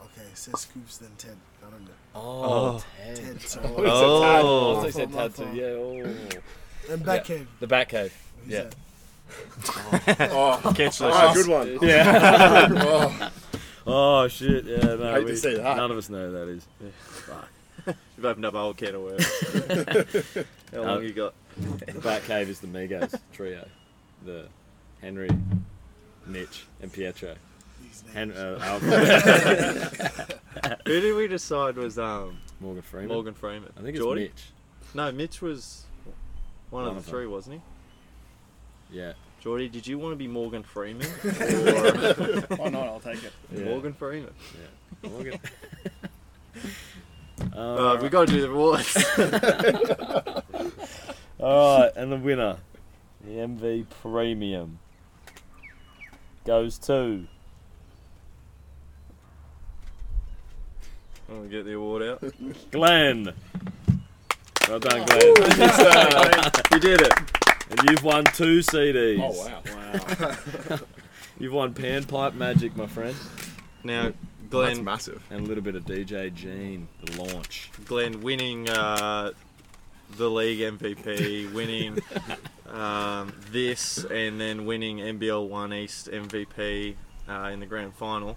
[SPEAKER 14] Okay, it says Scoops then Ted. I don't know.
[SPEAKER 2] Oh,
[SPEAKER 14] Ted.
[SPEAKER 2] Ted.
[SPEAKER 14] sorry.
[SPEAKER 2] Oh, he said Tad. Oh, I thought he
[SPEAKER 14] My
[SPEAKER 2] said
[SPEAKER 14] fault,
[SPEAKER 2] Tad
[SPEAKER 14] my
[SPEAKER 2] too. Yeah, oh.
[SPEAKER 14] fault. And Back
[SPEAKER 2] Yeah.
[SPEAKER 14] Cave.
[SPEAKER 2] The back cave.
[SPEAKER 14] Who's
[SPEAKER 2] yeah.
[SPEAKER 14] that?
[SPEAKER 5] Oh.
[SPEAKER 2] Catch
[SPEAKER 5] Oh,
[SPEAKER 2] shots.
[SPEAKER 5] good one.
[SPEAKER 2] Yeah.
[SPEAKER 5] Oh.
[SPEAKER 2] oh. shit. Yeah. No,
[SPEAKER 10] Hate to
[SPEAKER 2] we,
[SPEAKER 10] see that.
[SPEAKER 2] None of us know who that is. Fuck.
[SPEAKER 10] You've opened up a whole can of worms. How long you got?
[SPEAKER 2] The back cave is the Migos trio, the Henry, Mitch, and Pietro. Hen- uh, Al-
[SPEAKER 10] Who did we decide was um
[SPEAKER 2] Morgan Freeman?
[SPEAKER 10] Morgan Freeman.
[SPEAKER 2] I think it's
[SPEAKER 10] Geordie?
[SPEAKER 2] Mitch.
[SPEAKER 10] No, Mitch was one,
[SPEAKER 2] One
[SPEAKER 10] of the
[SPEAKER 2] of them.
[SPEAKER 10] three, wasn't he?
[SPEAKER 2] Yeah.
[SPEAKER 10] Geordie, did you want to be Morgan Freeman?
[SPEAKER 13] Why not? I'll take it.
[SPEAKER 2] Yeah.
[SPEAKER 10] Morgan Freeman.
[SPEAKER 2] Yeah. Morgan.
[SPEAKER 10] Uh, we got to do the awards.
[SPEAKER 2] All right, and the winner, the MV Premium, goes to.
[SPEAKER 10] I'm gonna get the award out.
[SPEAKER 2] Glenn. Well done,
[SPEAKER 10] Woo.
[SPEAKER 2] Glenn.
[SPEAKER 10] You did it.
[SPEAKER 2] And you've won two CDs.
[SPEAKER 10] Oh, wow.
[SPEAKER 2] Wow. you've won Panpipe Magic, my friend.
[SPEAKER 10] Now,
[SPEAKER 2] Glenn.
[SPEAKER 5] That's massive.
[SPEAKER 2] And a little bit of DJ Gene, the launch.
[SPEAKER 10] Glenn winning uh, the league MVP, winning um, this, and then winning NBL One East MVP uh, in the grand final.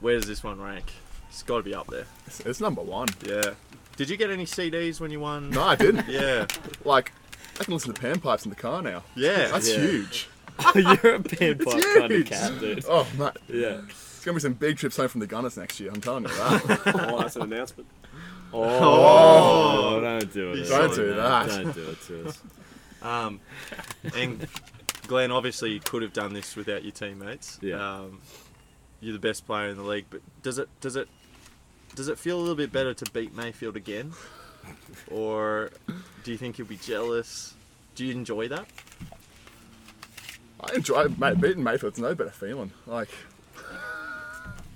[SPEAKER 10] Where does this one rank? It's got to be up there.
[SPEAKER 5] It's, it's number one.
[SPEAKER 10] Yeah. Did you get any CDs when you won?
[SPEAKER 5] No, I didn't.
[SPEAKER 10] Yeah.
[SPEAKER 5] Like, I can listen to panpipes in the car now.
[SPEAKER 10] Yeah.
[SPEAKER 5] That's
[SPEAKER 10] Yeah.
[SPEAKER 5] huge.
[SPEAKER 2] You're a panpipe
[SPEAKER 5] It's
[SPEAKER 2] kind of
[SPEAKER 5] huge.
[SPEAKER 2] cat, dude.
[SPEAKER 5] Oh, mate.
[SPEAKER 2] Yeah.
[SPEAKER 5] It's going to be some big trips home from the Gunners next year, I'm telling you that.
[SPEAKER 7] Oh, that's an announcement.
[SPEAKER 2] Oh, don't do it.
[SPEAKER 5] Don't do that.
[SPEAKER 2] Don't do it to us.
[SPEAKER 10] Um, and Glenn, obviously, you could have done this without your teammates.
[SPEAKER 2] Yeah.
[SPEAKER 10] Um, you're the best player in the league, but does it does it does it feel a little bit better to beat Mayfield again, or do you think he'll be jealous? Do you enjoy that?
[SPEAKER 5] I enjoy mate, beating Mayfield's no better feeling. Like,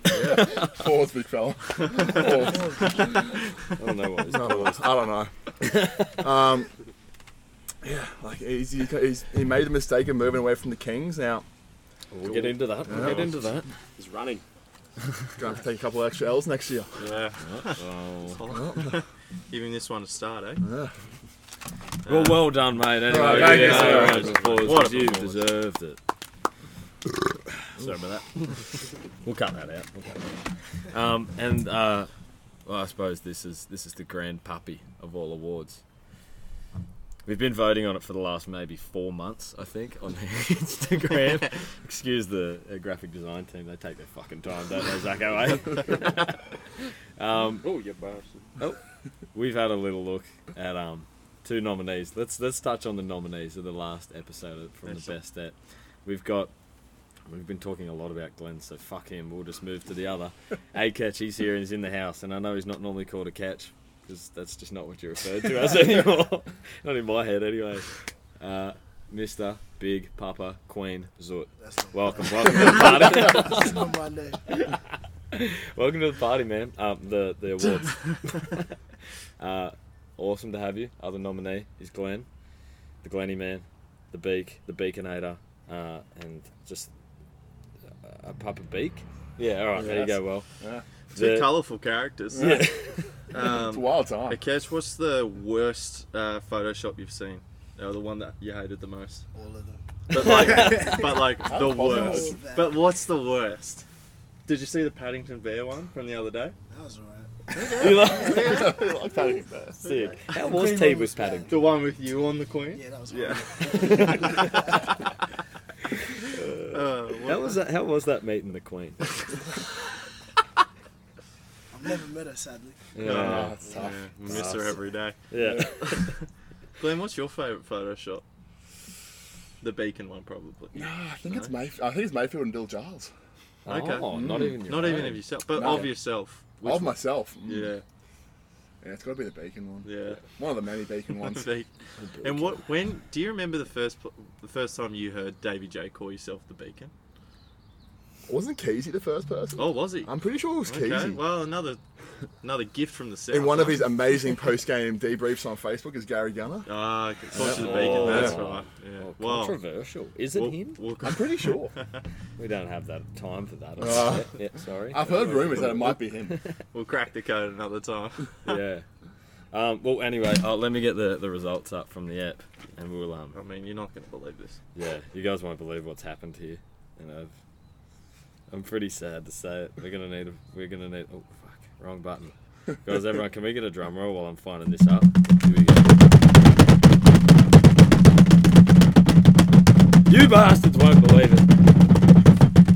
[SPEAKER 5] yeah, pause, big fella. Pause. I
[SPEAKER 2] don't know what he's
[SPEAKER 5] I don't know. Um, yeah, like he's, he- he's, he made the mistake of moving away from the Kings. Now
[SPEAKER 2] We'll get into that. We'll
[SPEAKER 5] Yeah.
[SPEAKER 2] get into that.
[SPEAKER 7] He's running.
[SPEAKER 5] gonna have to take a couple of extra L's next year.
[SPEAKER 10] Yeah.
[SPEAKER 2] Oh.
[SPEAKER 10] Giving this one a start, eh?
[SPEAKER 5] Yeah.
[SPEAKER 2] Well, well done, mate. Anyway,
[SPEAKER 10] Right, thank you,
[SPEAKER 2] yeah,
[SPEAKER 10] sir.
[SPEAKER 2] round of applause,
[SPEAKER 10] What a
[SPEAKER 2] 'cause you
[SPEAKER 10] performance.
[SPEAKER 2] deserved it. Sorry about that. We'll cut that out. We'll cut that out. Um, and uh, well, I suppose this is this is the grand puppy of all awards. We've been voting on it for the last maybe four months, I think, on Instagram. Excuse the uh, graphic design team; they take their fucking time, don't they, Zacho? Eh? um,
[SPEAKER 9] Oh, you bastard.
[SPEAKER 2] Oh, we've had a little look at um two nominees. Let's let's touch on the nominees of the last episode of- from the
[SPEAKER 10] Excellent.
[SPEAKER 2] best at. We've got we've been talking a lot about Glenn, so fuck him. We'll just move to the other. A catch, he's here and he's in the house, and I know he's not normally called a catch because that's just not what you're referred to as anymore. not in my head, anyway. Uh, Mister Big Papa Queen Zoot,
[SPEAKER 14] That's not-
[SPEAKER 2] welcome, welcome to the party.
[SPEAKER 14] That's not my name.
[SPEAKER 2] Welcome to the party, man. Um, the the awards. uh, awesome to have you. Other nominee is Glenn, the Glenny man, the Beak, the Beaconator, uh, and just a Papa Beak. Yeah, all right, there you
[SPEAKER 10] Yes.
[SPEAKER 2] go. Well,
[SPEAKER 10] Yeah.
[SPEAKER 2] The-
[SPEAKER 10] Two colourful characters. Um,
[SPEAKER 2] Yeah.
[SPEAKER 5] It's a wild time.
[SPEAKER 10] Akesh, what's the worst uh, Photoshop you've seen? Or the one that you hated the most?
[SPEAKER 14] All of them.
[SPEAKER 10] But like, but like
[SPEAKER 5] That's
[SPEAKER 10] the
[SPEAKER 5] positive.
[SPEAKER 10] worst. But what's the worst? Did you see the Paddington Bear one from the other day?
[SPEAKER 14] That was alright.
[SPEAKER 2] You like-
[SPEAKER 5] I like Paddington Bear.
[SPEAKER 2] Sick. How
[SPEAKER 14] The
[SPEAKER 2] was
[SPEAKER 14] Queen
[SPEAKER 2] tea
[SPEAKER 14] one was
[SPEAKER 2] with
[SPEAKER 14] bad.
[SPEAKER 2] Paddington?
[SPEAKER 10] The one with you on the Queen?
[SPEAKER 14] Yeah, that was
[SPEAKER 10] Yeah. Uh,
[SPEAKER 2] How
[SPEAKER 10] what-
[SPEAKER 2] was that? How was that meeting the Queen?
[SPEAKER 14] I've never met her, sadly.
[SPEAKER 2] Yeah. it's tough.
[SPEAKER 10] yeah,
[SPEAKER 2] It's
[SPEAKER 10] Miss her
[SPEAKER 2] tough.
[SPEAKER 10] every day.
[SPEAKER 2] Yeah.
[SPEAKER 10] Glenn, what's your favourite Photoshop? The bacon one, probably.
[SPEAKER 5] No, I think it's Mayfield. I think it's Mayfield and Bill Giles.
[SPEAKER 10] Okay. Mm.
[SPEAKER 2] Oh, not even your
[SPEAKER 10] Not even
[SPEAKER 2] own.
[SPEAKER 10] of yourself, but
[SPEAKER 5] No.
[SPEAKER 10] of yourself. Which
[SPEAKER 5] Of
[SPEAKER 10] one?
[SPEAKER 5] myself. Mm.
[SPEAKER 10] Yeah.
[SPEAKER 5] Yeah, it's got to be the bacon one.
[SPEAKER 10] Yeah.
[SPEAKER 5] One of the many bacon ones.
[SPEAKER 10] Beak. And what? When do you remember the first pl- the first time you heard Davy J call yourself the Beacon?
[SPEAKER 5] Wasn't Keezy the first person?
[SPEAKER 10] Oh, was he?
[SPEAKER 5] I'm pretty sure it was
[SPEAKER 10] okay.
[SPEAKER 5] Keezy.
[SPEAKER 10] Well, another another gift from the set.
[SPEAKER 5] In one of his amazing post-game debriefs on Facebook is Gary Gunner.
[SPEAKER 10] Ah, okay, Torch of the Beacon. That's
[SPEAKER 2] Oh.
[SPEAKER 10] right. Yeah.
[SPEAKER 2] Oh,
[SPEAKER 10] Well,
[SPEAKER 2] controversial. Is it
[SPEAKER 10] we'll-
[SPEAKER 2] him?
[SPEAKER 10] we'll-
[SPEAKER 5] I'm pretty sure.
[SPEAKER 2] We don't have that time for that.
[SPEAKER 10] Uh.
[SPEAKER 5] Ah.
[SPEAKER 2] yeah, sorry.
[SPEAKER 5] I've heard rumours that it might be him.
[SPEAKER 10] we'll crack the code another time.
[SPEAKER 2] yeah. Um, well, anyway, uh, let me get the, the results up from the app, and we'll um.
[SPEAKER 10] I mean, you're not going to believe this.
[SPEAKER 2] Yeah, you guys won't believe what's happened here, and I've. I'm pretty sad to say it. We're gonna need a. We're gonna need. Oh fuck! Wrong button. guys, everyone, can we get a drum roll while I'm finding this up? Here we go. You bastards won't believe it.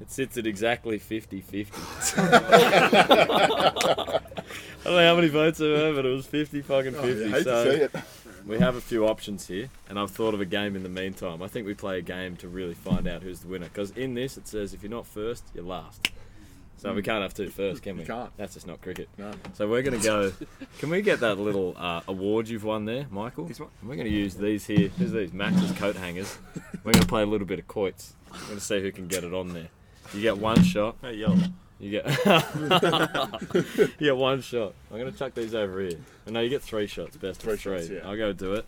[SPEAKER 2] It sits at exactly 50 50. I don't know how many votes there were, but it was 50 fucking
[SPEAKER 5] Oh, you
[SPEAKER 2] 50.
[SPEAKER 5] hate to
[SPEAKER 2] so
[SPEAKER 5] see it.
[SPEAKER 2] we have a few options here, and I've thought of a game in the meantime. I think we play a game to really find out who's the winner, because in this it says if you're not first, you're last. So we can't have two first, can we?
[SPEAKER 5] You can't.
[SPEAKER 2] That's just not cricket.
[SPEAKER 5] No.
[SPEAKER 2] So we're going to go. Can we get that little uh, award you've won there, Michael? We're going to use these here. Here's these Max's coat hangers. We're going to play a little bit of quoits. We're going to see who can get it on there. You get one shot.
[SPEAKER 10] Hey yo.
[SPEAKER 2] You get you get one shot. I'm gonna chuck these over here. No, you get three shots. Best
[SPEAKER 5] Three
[SPEAKER 2] of three.
[SPEAKER 5] shots, yeah.
[SPEAKER 2] I'll go do it.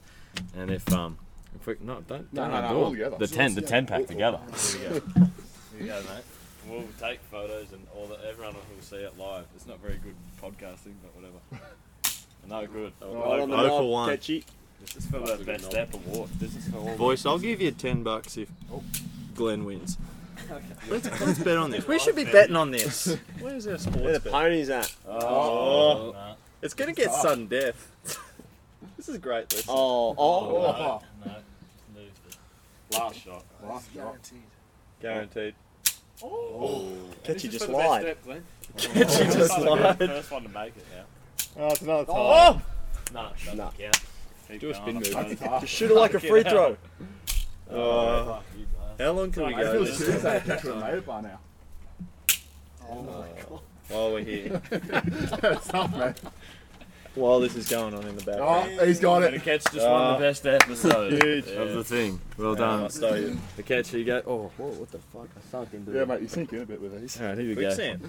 [SPEAKER 2] And if um, if we no, don't
[SPEAKER 5] No,
[SPEAKER 2] don't
[SPEAKER 5] no, no,
[SPEAKER 2] undo
[SPEAKER 5] all
[SPEAKER 2] them.
[SPEAKER 5] together.
[SPEAKER 2] The ten, the ten pack together.
[SPEAKER 5] Here we go.
[SPEAKER 2] Here you go, mate. We'll take photos and all the everyone will see it live. It's not very good podcasting, but whatever. No good.
[SPEAKER 10] Right Oh, on the Local knob, one. catchy.
[SPEAKER 2] This is for
[SPEAKER 10] That's a
[SPEAKER 2] the
[SPEAKER 10] good
[SPEAKER 2] best
[SPEAKER 10] knob.
[SPEAKER 2] step award. This is for all.
[SPEAKER 10] Voice, I'll give you ten bucks if
[SPEAKER 2] Oh.
[SPEAKER 10] Glenn wins. Let's, let's bet on this. We should be betting on this.
[SPEAKER 2] Where's our
[SPEAKER 10] Where the ponies at?
[SPEAKER 2] Oh.
[SPEAKER 10] Oh, it's gonna get
[SPEAKER 2] Stop.
[SPEAKER 10] sudden death. this is great. Listen.
[SPEAKER 7] Oh,
[SPEAKER 2] Oh, no, no. Lose it. Last shot.
[SPEAKER 10] Last shot. guaranteed.
[SPEAKER 2] Oh.
[SPEAKER 10] Catchy
[SPEAKER 2] This
[SPEAKER 10] just
[SPEAKER 2] is for the best
[SPEAKER 10] lied.
[SPEAKER 2] step, Glenn.
[SPEAKER 10] Catchy just
[SPEAKER 2] Oh,
[SPEAKER 10] lied.
[SPEAKER 2] First one to make it, yeah.
[SPEAKER 13] Oh, it's another time.
[SPEAKER 2] Oh! No, doesn't
[SPEAKER 7] Nah.
[SPEAKER 2] count. Keep
[SPEAKER 10] Do a
[SPEAKER 2] going,
[SPEAKER 10] spin
[SPEAKER 2] I'm
[SPEAKER 10] move. Uh,
[SPEAKER 2] trying to-
[SPEAKER 10] Just shoot it like a free
[SPEAKER 2] Fucking
[SPEAKER 10] throw.
[SPEAKER 2] hell.
[SPEAKER 10] Oh. How long can we
[SPEAKER 5] I
[SPEAKER 10] go?
[SPEAKER 5] feel
[SPEAKER 10] this?
[SPEAKER 5] serious. I think I should have made it by now.
[SPEAKER 7] Oh my god.
[SPEAKER 10] While we're here.
[SPEAKER 5] That's tough, man.
[SPEAKER 10] While this is going on in the background.
[SPEAKER 5] Oh, he's got it.
[SPEAKER 2] The catch just won the
[SPEAKER 10] Oh.
[SPEAKER 2] best episode
[SPEAKER 10] Huge.
[SPEAKER 2] of the thing. Well
[SPEAKER 10] Yeah,
[SPEAKER 2] done.
[SPEAKER 10] I'll stow you.
[SPEAKER 2] The catch, you go. Oh, whoa, what the fuck? I sunk into
[SPEAKER 5] Yeah,
[SPEAKER 2] it.
[SPEAKER 5] mate, you sink in a bit with these.
[SPEAKER 2] All right, here we go.
[SPEAKER 10] Quicksand.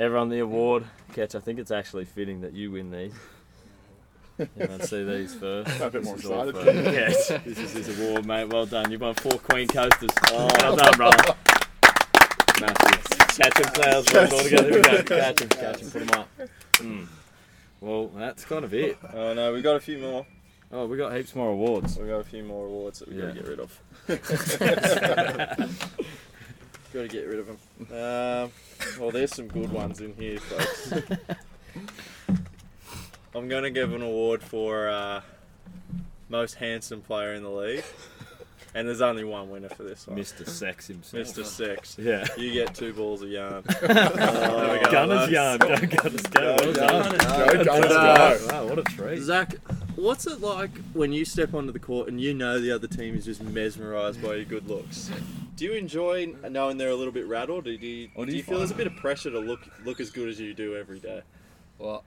[SPEAKER 2] Everyone, the award catch. I think it's actually fitting that you win these. Everyone see these first.
[SPEAKER 5] A bit more
[SPEAKER 2] This is all
[SPEAKER 5] excited.
[SPEAKER 2] for- yes, this is his award, mate. Well done. You won four Queen Coasters. well done, brother. Massive. Catch 'em, Clouds. Catch all together. Here we go. Catch 'em, catch 'em, put 'em up. Mm. Well, that's kind of it.
[SPEAKER 10] Oh no, we got a few more.
[SPEAKER 2] Oh, we got heaps more awards.
[SPEAKER 10] We got a few more awards that we
[SPEAKER 2] Yeah.
[SPEAKER 10] got to get rid of. got to get rid of them. Um, well, there's some good ones in here, folks. I'm going to give an award for uh, most handsome player in the league, and there's only one winner for this one.
[SPEAKER 2] Mr. Sex himself.
[SPEAKER 10] Mr. Six.
[SPEAKER 2] Yeah.
[SPEAKER 10] You get two balls of yarn. oh,
[SPEAKER 2] Gunner's yarn. Go Gunners, go. Well done. Go Gunners, go. Wow, what a treat.
[SPEAKER 10] uh, Zach, what's it like when you step onto the court and you know the other team is just mesmerised by your good looks? Do you enjoy knowing they're a little bit rattled, or do you,
[SPEAKER 3] Or do
[SPEAKER 10] do
[SPEAKER 3] you
[SPEAKER 10] you feel there's a
[SPEAKER 3] find-
[SPEAKER 10] bit of pressure to look look as good as you do every day?
[SPEAKER 3] Well,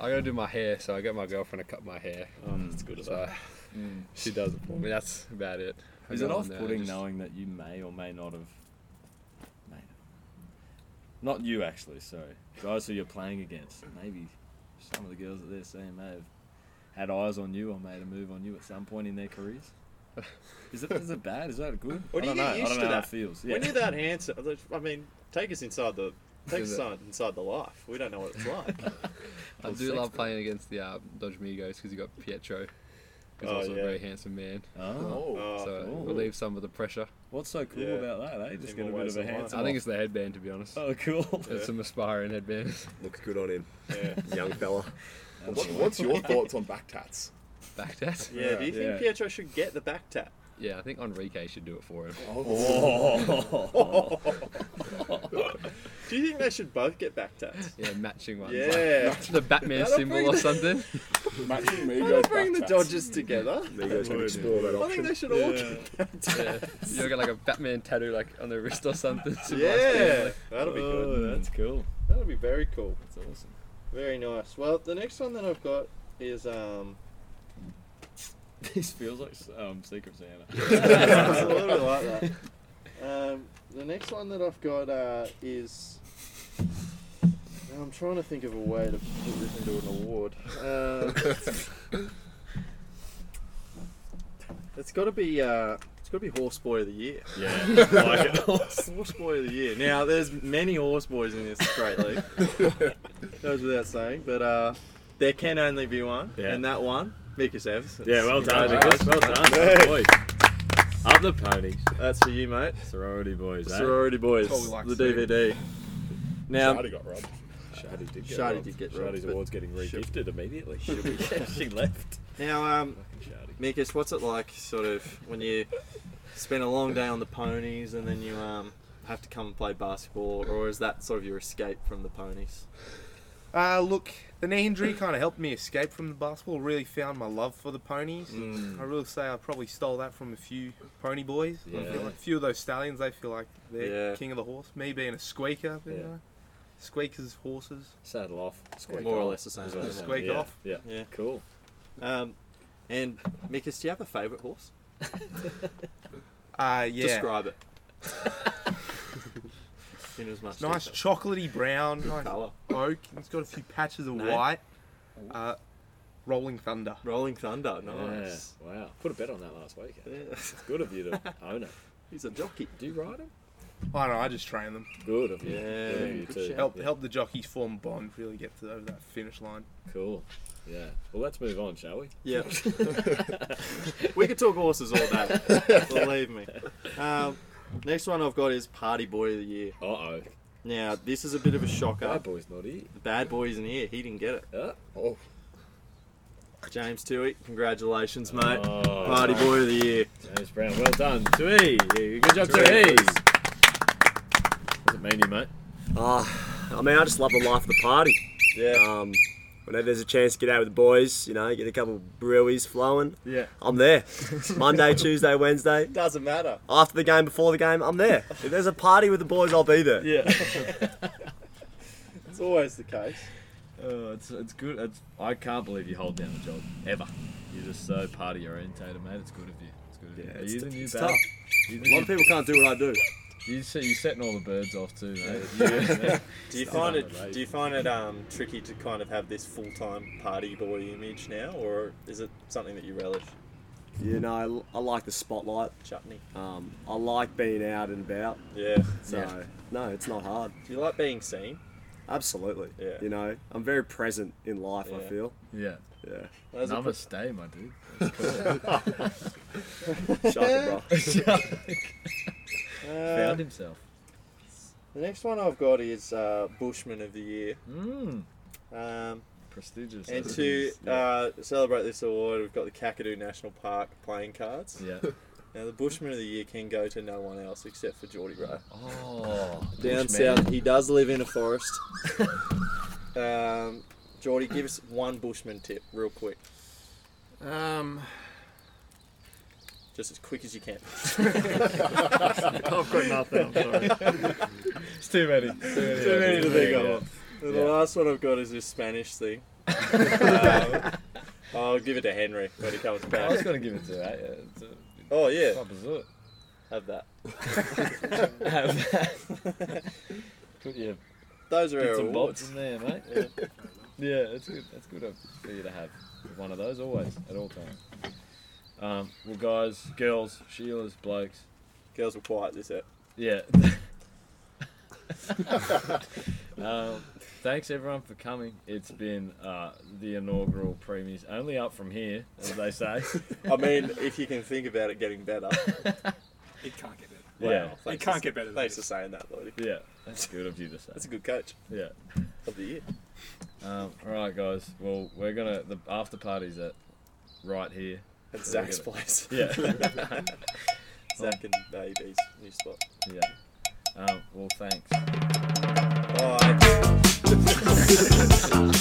[SPEAKER 3] I gotta do my hair, so I get my girlfriend to cut my hair.
[SPEAKER 10] Um, that's good of
[SPEAKER 3] So
[SPEAKER 10] her.
[SPEAKER 2] Mm.
[SPEAKER 3] she does it for me. That's about it. I
[SPEAKER 2] Is it
[SPEAKER 3] go on
[SPEAKER 2] off
[SPEAKER 3] there,
[SPEAKER 2] putting
[SPEAKER 3] just-
[SPEAKER 2] knowing that you may or may not have made it? Not you, actually, sorry. Guys who you're playing against. Maybe some of the girls that they're seeing may have had eyes on you or made a move on you at some point in their careers. Is it, is it bad? Is that good?
[SPEAKER 10] Or do
[SPEAKER 2] I
[SPEAKER 10] you
[SPEAKER 2] don't know.
[SPEAKER 10] get
[SPEAKER 2] I
[SPEAKER 10] used
[SPEAKER 2] don't
[SPEAKER 10] to
[SPEAKER 2] know how
[SPEAKER 10] that?
[SPEAKER 2] it feels.
[SPEAKER 10] When
[SPEAKER 2] Yeah.
[SPEAKER 10] you're that handsome, I mean, take us inside the take us
[SPEAKER 3] Is it-
[SPEAKER 10] inside, inside the life. We don't know what it's like.
[SPEAKER 3] I do love playing against the uh, Dodge Migos because you got Pietro, who's
[SPEAKER 10] Oh,
[SPEAKER 3] also
[SPEAKER 10] yeah.
[SPEAKER 3] a very handsome man.
[SPEAKER 2] Oh.
[SPEAKER 3] so
[SPEAKER 2] Oh.
[SPEAKER 3] it relieves some of the pressure.
[SPEAKER 2] What's so cool
[SPEAKER 10] Yeah.
[SPEAKER 2] about that, eh? Just
[SPEAKER 10] In
[SPEAKER 2] get a
[SPEAKER 10] more
[SPEAKER 2] bit
[SPEAKER 10] ways
[SPEAKER 2] of a
[SPEAKER 10] than one.
[SPEAKER 2] handsome.
[SPEAKER 3] I think it's the headband, to be honest.
[SPEAKER 2] Oh, cool.
[SPEAKER 3] It's some aspiring headband.
[SPEAKER 12] Looks good on him.
[SPEAKER 10] Yeah.
[SPEAKER 12] Young fella.
[SPEAKER 5] What, what's your thoughts on back tats?
[SPEAKER 3] Back tat.
[SPEAKER 10] Yeah, do you think
[SPEAKER 2] Yeah.
[SPEAKER 10] Pietro should get the back tap?
[SPEAKER 3] Yeah, I think Enrique should do it for him.
[SPEAKER 2] Oh.
[SPEAKER 10] Do you think they should both get back tats?
[SPEAKER 3] Yeah, matching ones. like
[SPEAKER 10] Yeah.
[SPEAKER 3] the Batman
[SPEAKER 10] That'll
[SPEAKER 3] symbol
[SPEAKER 10] bring
[SPEAKER 3] or
[SPEAKER 10] the-
[SPEAKER 3] something.
[SPEAKER 5] Matching me
[SPEAKER 10] That'll
[SPEAKER 5] goes
[SPEAKER 10] bring
[SPEAKER 5] back
[SPEAKER 10] the
[SPEAKER 5] tats.
[SPEAKER 10] Dodgers together.
[SPEAKER 12] There you go, trying to explore that
[SPEAKER 10] I think
[SPEAKER 12] option.
[SPEAKER 10] they should all get
[SPEAKER 3] yeah. You'll get like a Batman tattoo like on the wrist or something. symbolised being,
[SPEAKER 10] Yeah,
[SPEAKER 3] like-
[SPEAKER 10] that'll be
[SPEAKER 2] Oh,
[SPEAKER 10] good.
[SPEAKER 2] that's cool.
[SPEAKER 10] That'll be very cool.
[SPEAKER 2] That's awesome.
[SPEAKER 10] Very nice. Well, the next one that I've got is um,
[SPEAKER 2] This feels like um, Secret Santa.
[SPEAKER 10] it's a little bit like that. Um, the next one that I've got uh, is. now I'm trying to think of a way to put this into an award. Uh, it's got to be. Uh, it's got to be horse boy of the year.
[SPEAKER 2] Yeah, like it.
[SPEAKER 10] Horse boy of the year. Now there's many horse boys in this great league. Goes without saying, but uh, there can only be one,
[SPEAKER 2] Yeah.
[SPEAKER 10] and that one, Mikus Evans.
[SPEAKER 2] Yeah, well done,
[SPEAKER 10] Right.
[SPEAKER 2] Nicholas. Well done.
[SPEAKER 10] Hey.
[SPEAKER 2] Boy. Up the ponies.
[SPEAKER 10] That's for you, mate.
[SPEAKER 2] Sorority boys, eh?
[SPEAKER 10] Sorority boys,
[SPEAKER 12] That's what we like
[SPEAKER 10] the
[SPEAKER 12] to see.
[SPEAKER 10] DVD. Now,
[SPEAKER 5] Shadi got robbed.
[SPEAKER 2] Shadi did
[SPEAKER 10] get Shadi robbed. did get robbed,
[SPEAKER 2] Shadi's
[SPEAKER 10] but
[SPEAKER 2] award's getting
[SPEAKER 10] she'll-
[SPEAKER 2] regifted immediately. She'll be- she left.
[SPEAKER 10] now, um,
[SPEAKER 2] Shadi.
[SPEAKER 10] Mikus, what's it like, sort of, when you spend a long day on the ponies and then you um have to come and play basketball, or is that sort of your escape from the ponies?
[SPEAKER 9] Uh, look, the knee injury kind of helped me escape from the basketball. Really found my love for the ponies.
[SPEAKER 2] Mm.
[SPEAKER 9] I really say I probably stole that from a few pony boys. I
[SPEAKER 2] Yeah.
[SPEAKER 9] feel like a few of those stallions, they feel like they're
[SPEAKER 10] Yeah.
[SPEAKER 9] king of the horse. Me being a squeaker, you
[SPEAKER 2] Yeah.
[SPEAKER 9] know, squeakers horses.
[SPEAKER 2] Saddle off. Squeak
[SPEAKER 10] More or
[SPEAKER 2] off.
[SPEAKER 10] less the same.
[SPEAKER 2] Yeah.
[SPEAKER 9] Squeak
[SPEAKER 2] yeah.
[SPEAKER 9] off.
[SPEAKER 2] Yeah.
[SPEAKER 10] Yeah.
[SPEAKER 2] Cool.
[SPEAKER 10] Um, and Mikus, do you have a favourite horse?
[SPEAKER 9] Uh, yeah.
[SPEAKER 10] Describe it. In as much
[SPEAKER 9] Nice
[SPEAKER 10] detail.
[SPEAKER 9] chocolatey brown, nice
[SPEAKER 10] colour.
[SPEAKER 9] oak. It's got a few patches of
[SPEAKER 10] Name?
[SPEAKER 9] white. Uh, Rolling Thunder.
[SPEAKER 10] Rolling Thunder. Nice.
[SPEAKER 2] Yeah. Wow. Put a bet on that last week. eh?
[SPEAKER 10] Yeah.
[SPEAKER 2] It's good of you to own it.
[SPEAKER 10] He's a jockey.
[SPEAKER 2] Do you ride him?
[SPEAKER 9] I know. I just train them.
[SPEAKER 2] Good of you. Yeah, you
[SPEAKER 9] Good
[SPEAKER 2] too.
[SPEAKER 9] shout. Help
[SPEAKER 2] Yeah.
[SPEAKER 9] help the jockeys form a bond. Really get to over that finish line.
[SPEAKER 2] Cool. Yeah. Well, let's move on, shall we?
[SPEAKER 10] Yeah. we could talk horses all day. believe me. Um, next one I've got is Party Boy of the Year.
[SPEAKER 2] Uh oh.
[SPEAKER 10] Now this is a bit of a shocker.
[SPEAKER 2] Bad boy's not here.
[SPEAKER 10] The bad boy isn't here. He didn't get it.
[SPEAKER 2] Oh.
[SPEAKER 10] James Tui, congratulations, mate.
[SPEAKER 2] Oh.
[SPEAKER 10] Party Boy of the Year.
[SPEAKER 2] James Brown, well done. Tui. Good job, Tui. What's it mean to you, mate?
[SPEAKER 7] Ah, I mean, I just love the life of the party.
[SPEAKER 10] Yeah.
[SPEAKER 7] Um, whenever there's a chance to get out with the boys, you know, get a couple brewies flowing.
[SPEAKER 10] Yeah.
[SPEAKER 7] I'm there. Monday, Tuesday, Wednesday.
[SPEAKER 10] Doesn't matter.
[SPEAKER 7] After the game, before the game, I'm there. If there's a party with the boys, I'll be there.
[SPEAKER 10] Yeah. it's always the case.
[SPEAKER 2] Oh, it's, it's good. It's, I can't believe you hold down a job ever. You're just so party orientated, mate. It's good of you. It's good of you.
[SPEAKER 10] Yeah,
[SPEAKER 2] Are
[SPEAKER 10] it's
[SPEAKER 2] you
[SPEAKER 10] t-
[SPEAKER 2] the new
[SPEAKER 10] it's
[SPEAKER 2] bad-
[SPEAKER 10] tough.
[SPEAKER 2] you
[SPEAKER 10] A lot of people can't do what I do.
[SPEAKER 2] You se- you're setting all the birds off too, mate.
[SPEAKER 10] do you find it? Do you find it um, tricky to kind of have this full-time party boy image now, or is it something that you relish?
[SPEAKER 7] You know, I like the spotlight.
[SPEAKER 10] Chutney.
[SPEAKER 7] Um, I like being out and about.
[SPEAKER 10] Yeah.
[SPEAKER 7] So,
[SPEAKER 10] Yeah.
[SPEAKER 7] no, it's not hard.
[SPEAKER 10] Do you like being seen?
[SPEAKER 7] Absolutely.
[SPEAKER 10] Yeah.
[SPEAKER 7] You know, I'm very present in life, I
[SPEAKER 10] Yeah.
[SPEAKER 7] feel.
[SPEAKER 2] Yeah.
[SPEAKER 7] Yeah.
[SPEAKER 10] That's a
[SPEAKER 2] Namaste, my dude.
[SPEAKER 10] Shaka, bro.
[SPEAKER 2] Found himself.
[SPEAKER 10] Uh, The next one I've got is uh, Bushman of the Year.
[SPEAKER 2] Mm.
[SPEAKER 10] Um,
[SPEAKER 2] Prestigious.
[SPEAKER 10] And
[SPEAKER 2] as
[SPEAKER 10] to
[SPEAKER 2] it is.
[SPEAKER 10] uh, celebrate this award, we've got the Kakadu National Park playing cards.
[SPEAKER 2] Yeah.
[SPEAKER 10] Now the Bushman of the Year can go to no one else except for Geordie Rowe.
[SPEAKER 2] Oh,
[SPEAKER 10] Down
[SPEAKER 2] Bushman.
[SPEAKER 10] south, he does live in a forest. um, Geordie, give us one Bushman tip, real quick,
[SPEAKER 12] Um,
[SPEAKER 10] just as quick as you can.
[SPEAKER 12] I've got nothing. I'm sorry.
[SPEAKER 2] It's too many.
[SPEAKER 10] Too many to think of.
[SPEAKER 2] Yeah.
[SPEAKER 10] And The last one I've got is this Spanish thing. um, I'll give it to Henry when he comes back.
[SPEAKER 2] I was gonna give it to that. Yeah. It's a-
[SPEAKER 10] Oh yeah.
[SPEAKER 2] Top is it.
[SPEAKER 10] Have that.
[SPEAKER 2] Have that. Put your
[SPEAKER 10] Those are
[SPEAKER 2] bits
[SPEAKER 10] our
[SPEAKER 2] and
[SPEAKER 10] awards.
[SPEAKER 2] bolts in there, mate.
[SPEAKER 10] Yeah.
[SPEAKER 2] Yeah, that's good. That's good of- for you to have one of those always at all times. Um, well, guys, girls, Sheila's, blokes.
[SPEAKER 10] Girls were quiet this ep.
[SPEAKER 2] Yeah. um, thanks everyone for coming. It's been uh, the inaugural premies, only up from here, as they say.
[SPEAKER 10] I mean, if you can think about it getting better.
[SPEAKER 15] It can't get better.
[SPEAKER 2] Yeah.
[SPEAKER 10] Wow, thanks
[SPEAKER 15] It can't
[SPEAKER 10] for-
[SPEAKER 15] get better than
[SPEAKER 10] Thanks for
[SPEAKER 15] this.
[SPEAKER 10] saying that, Lloyd.
[SPEAKER 2] Yeah, that's good of you to say.
[SPEAKER 10] That's a good coach
[SPEAKER 2] Yeah.
[SPEAKER 10] of the year.
[SPEAKER 2] Um, all right, guys. Well, we're gonna the after party's at right here.
[SPEAKER 10] At
[SPEAKER 2] So we're
[SPEAKER 10] Zach's
[SPEAKER 2] gonna-
[SPEAKER 10] place.
[SPEAKER 2] Yeah.
[SPEAKER 10] Zach and Baby's new spot.
[SPEAKER 2] yeah. Um, well, thanks.
[SPEAKER 10] Bye.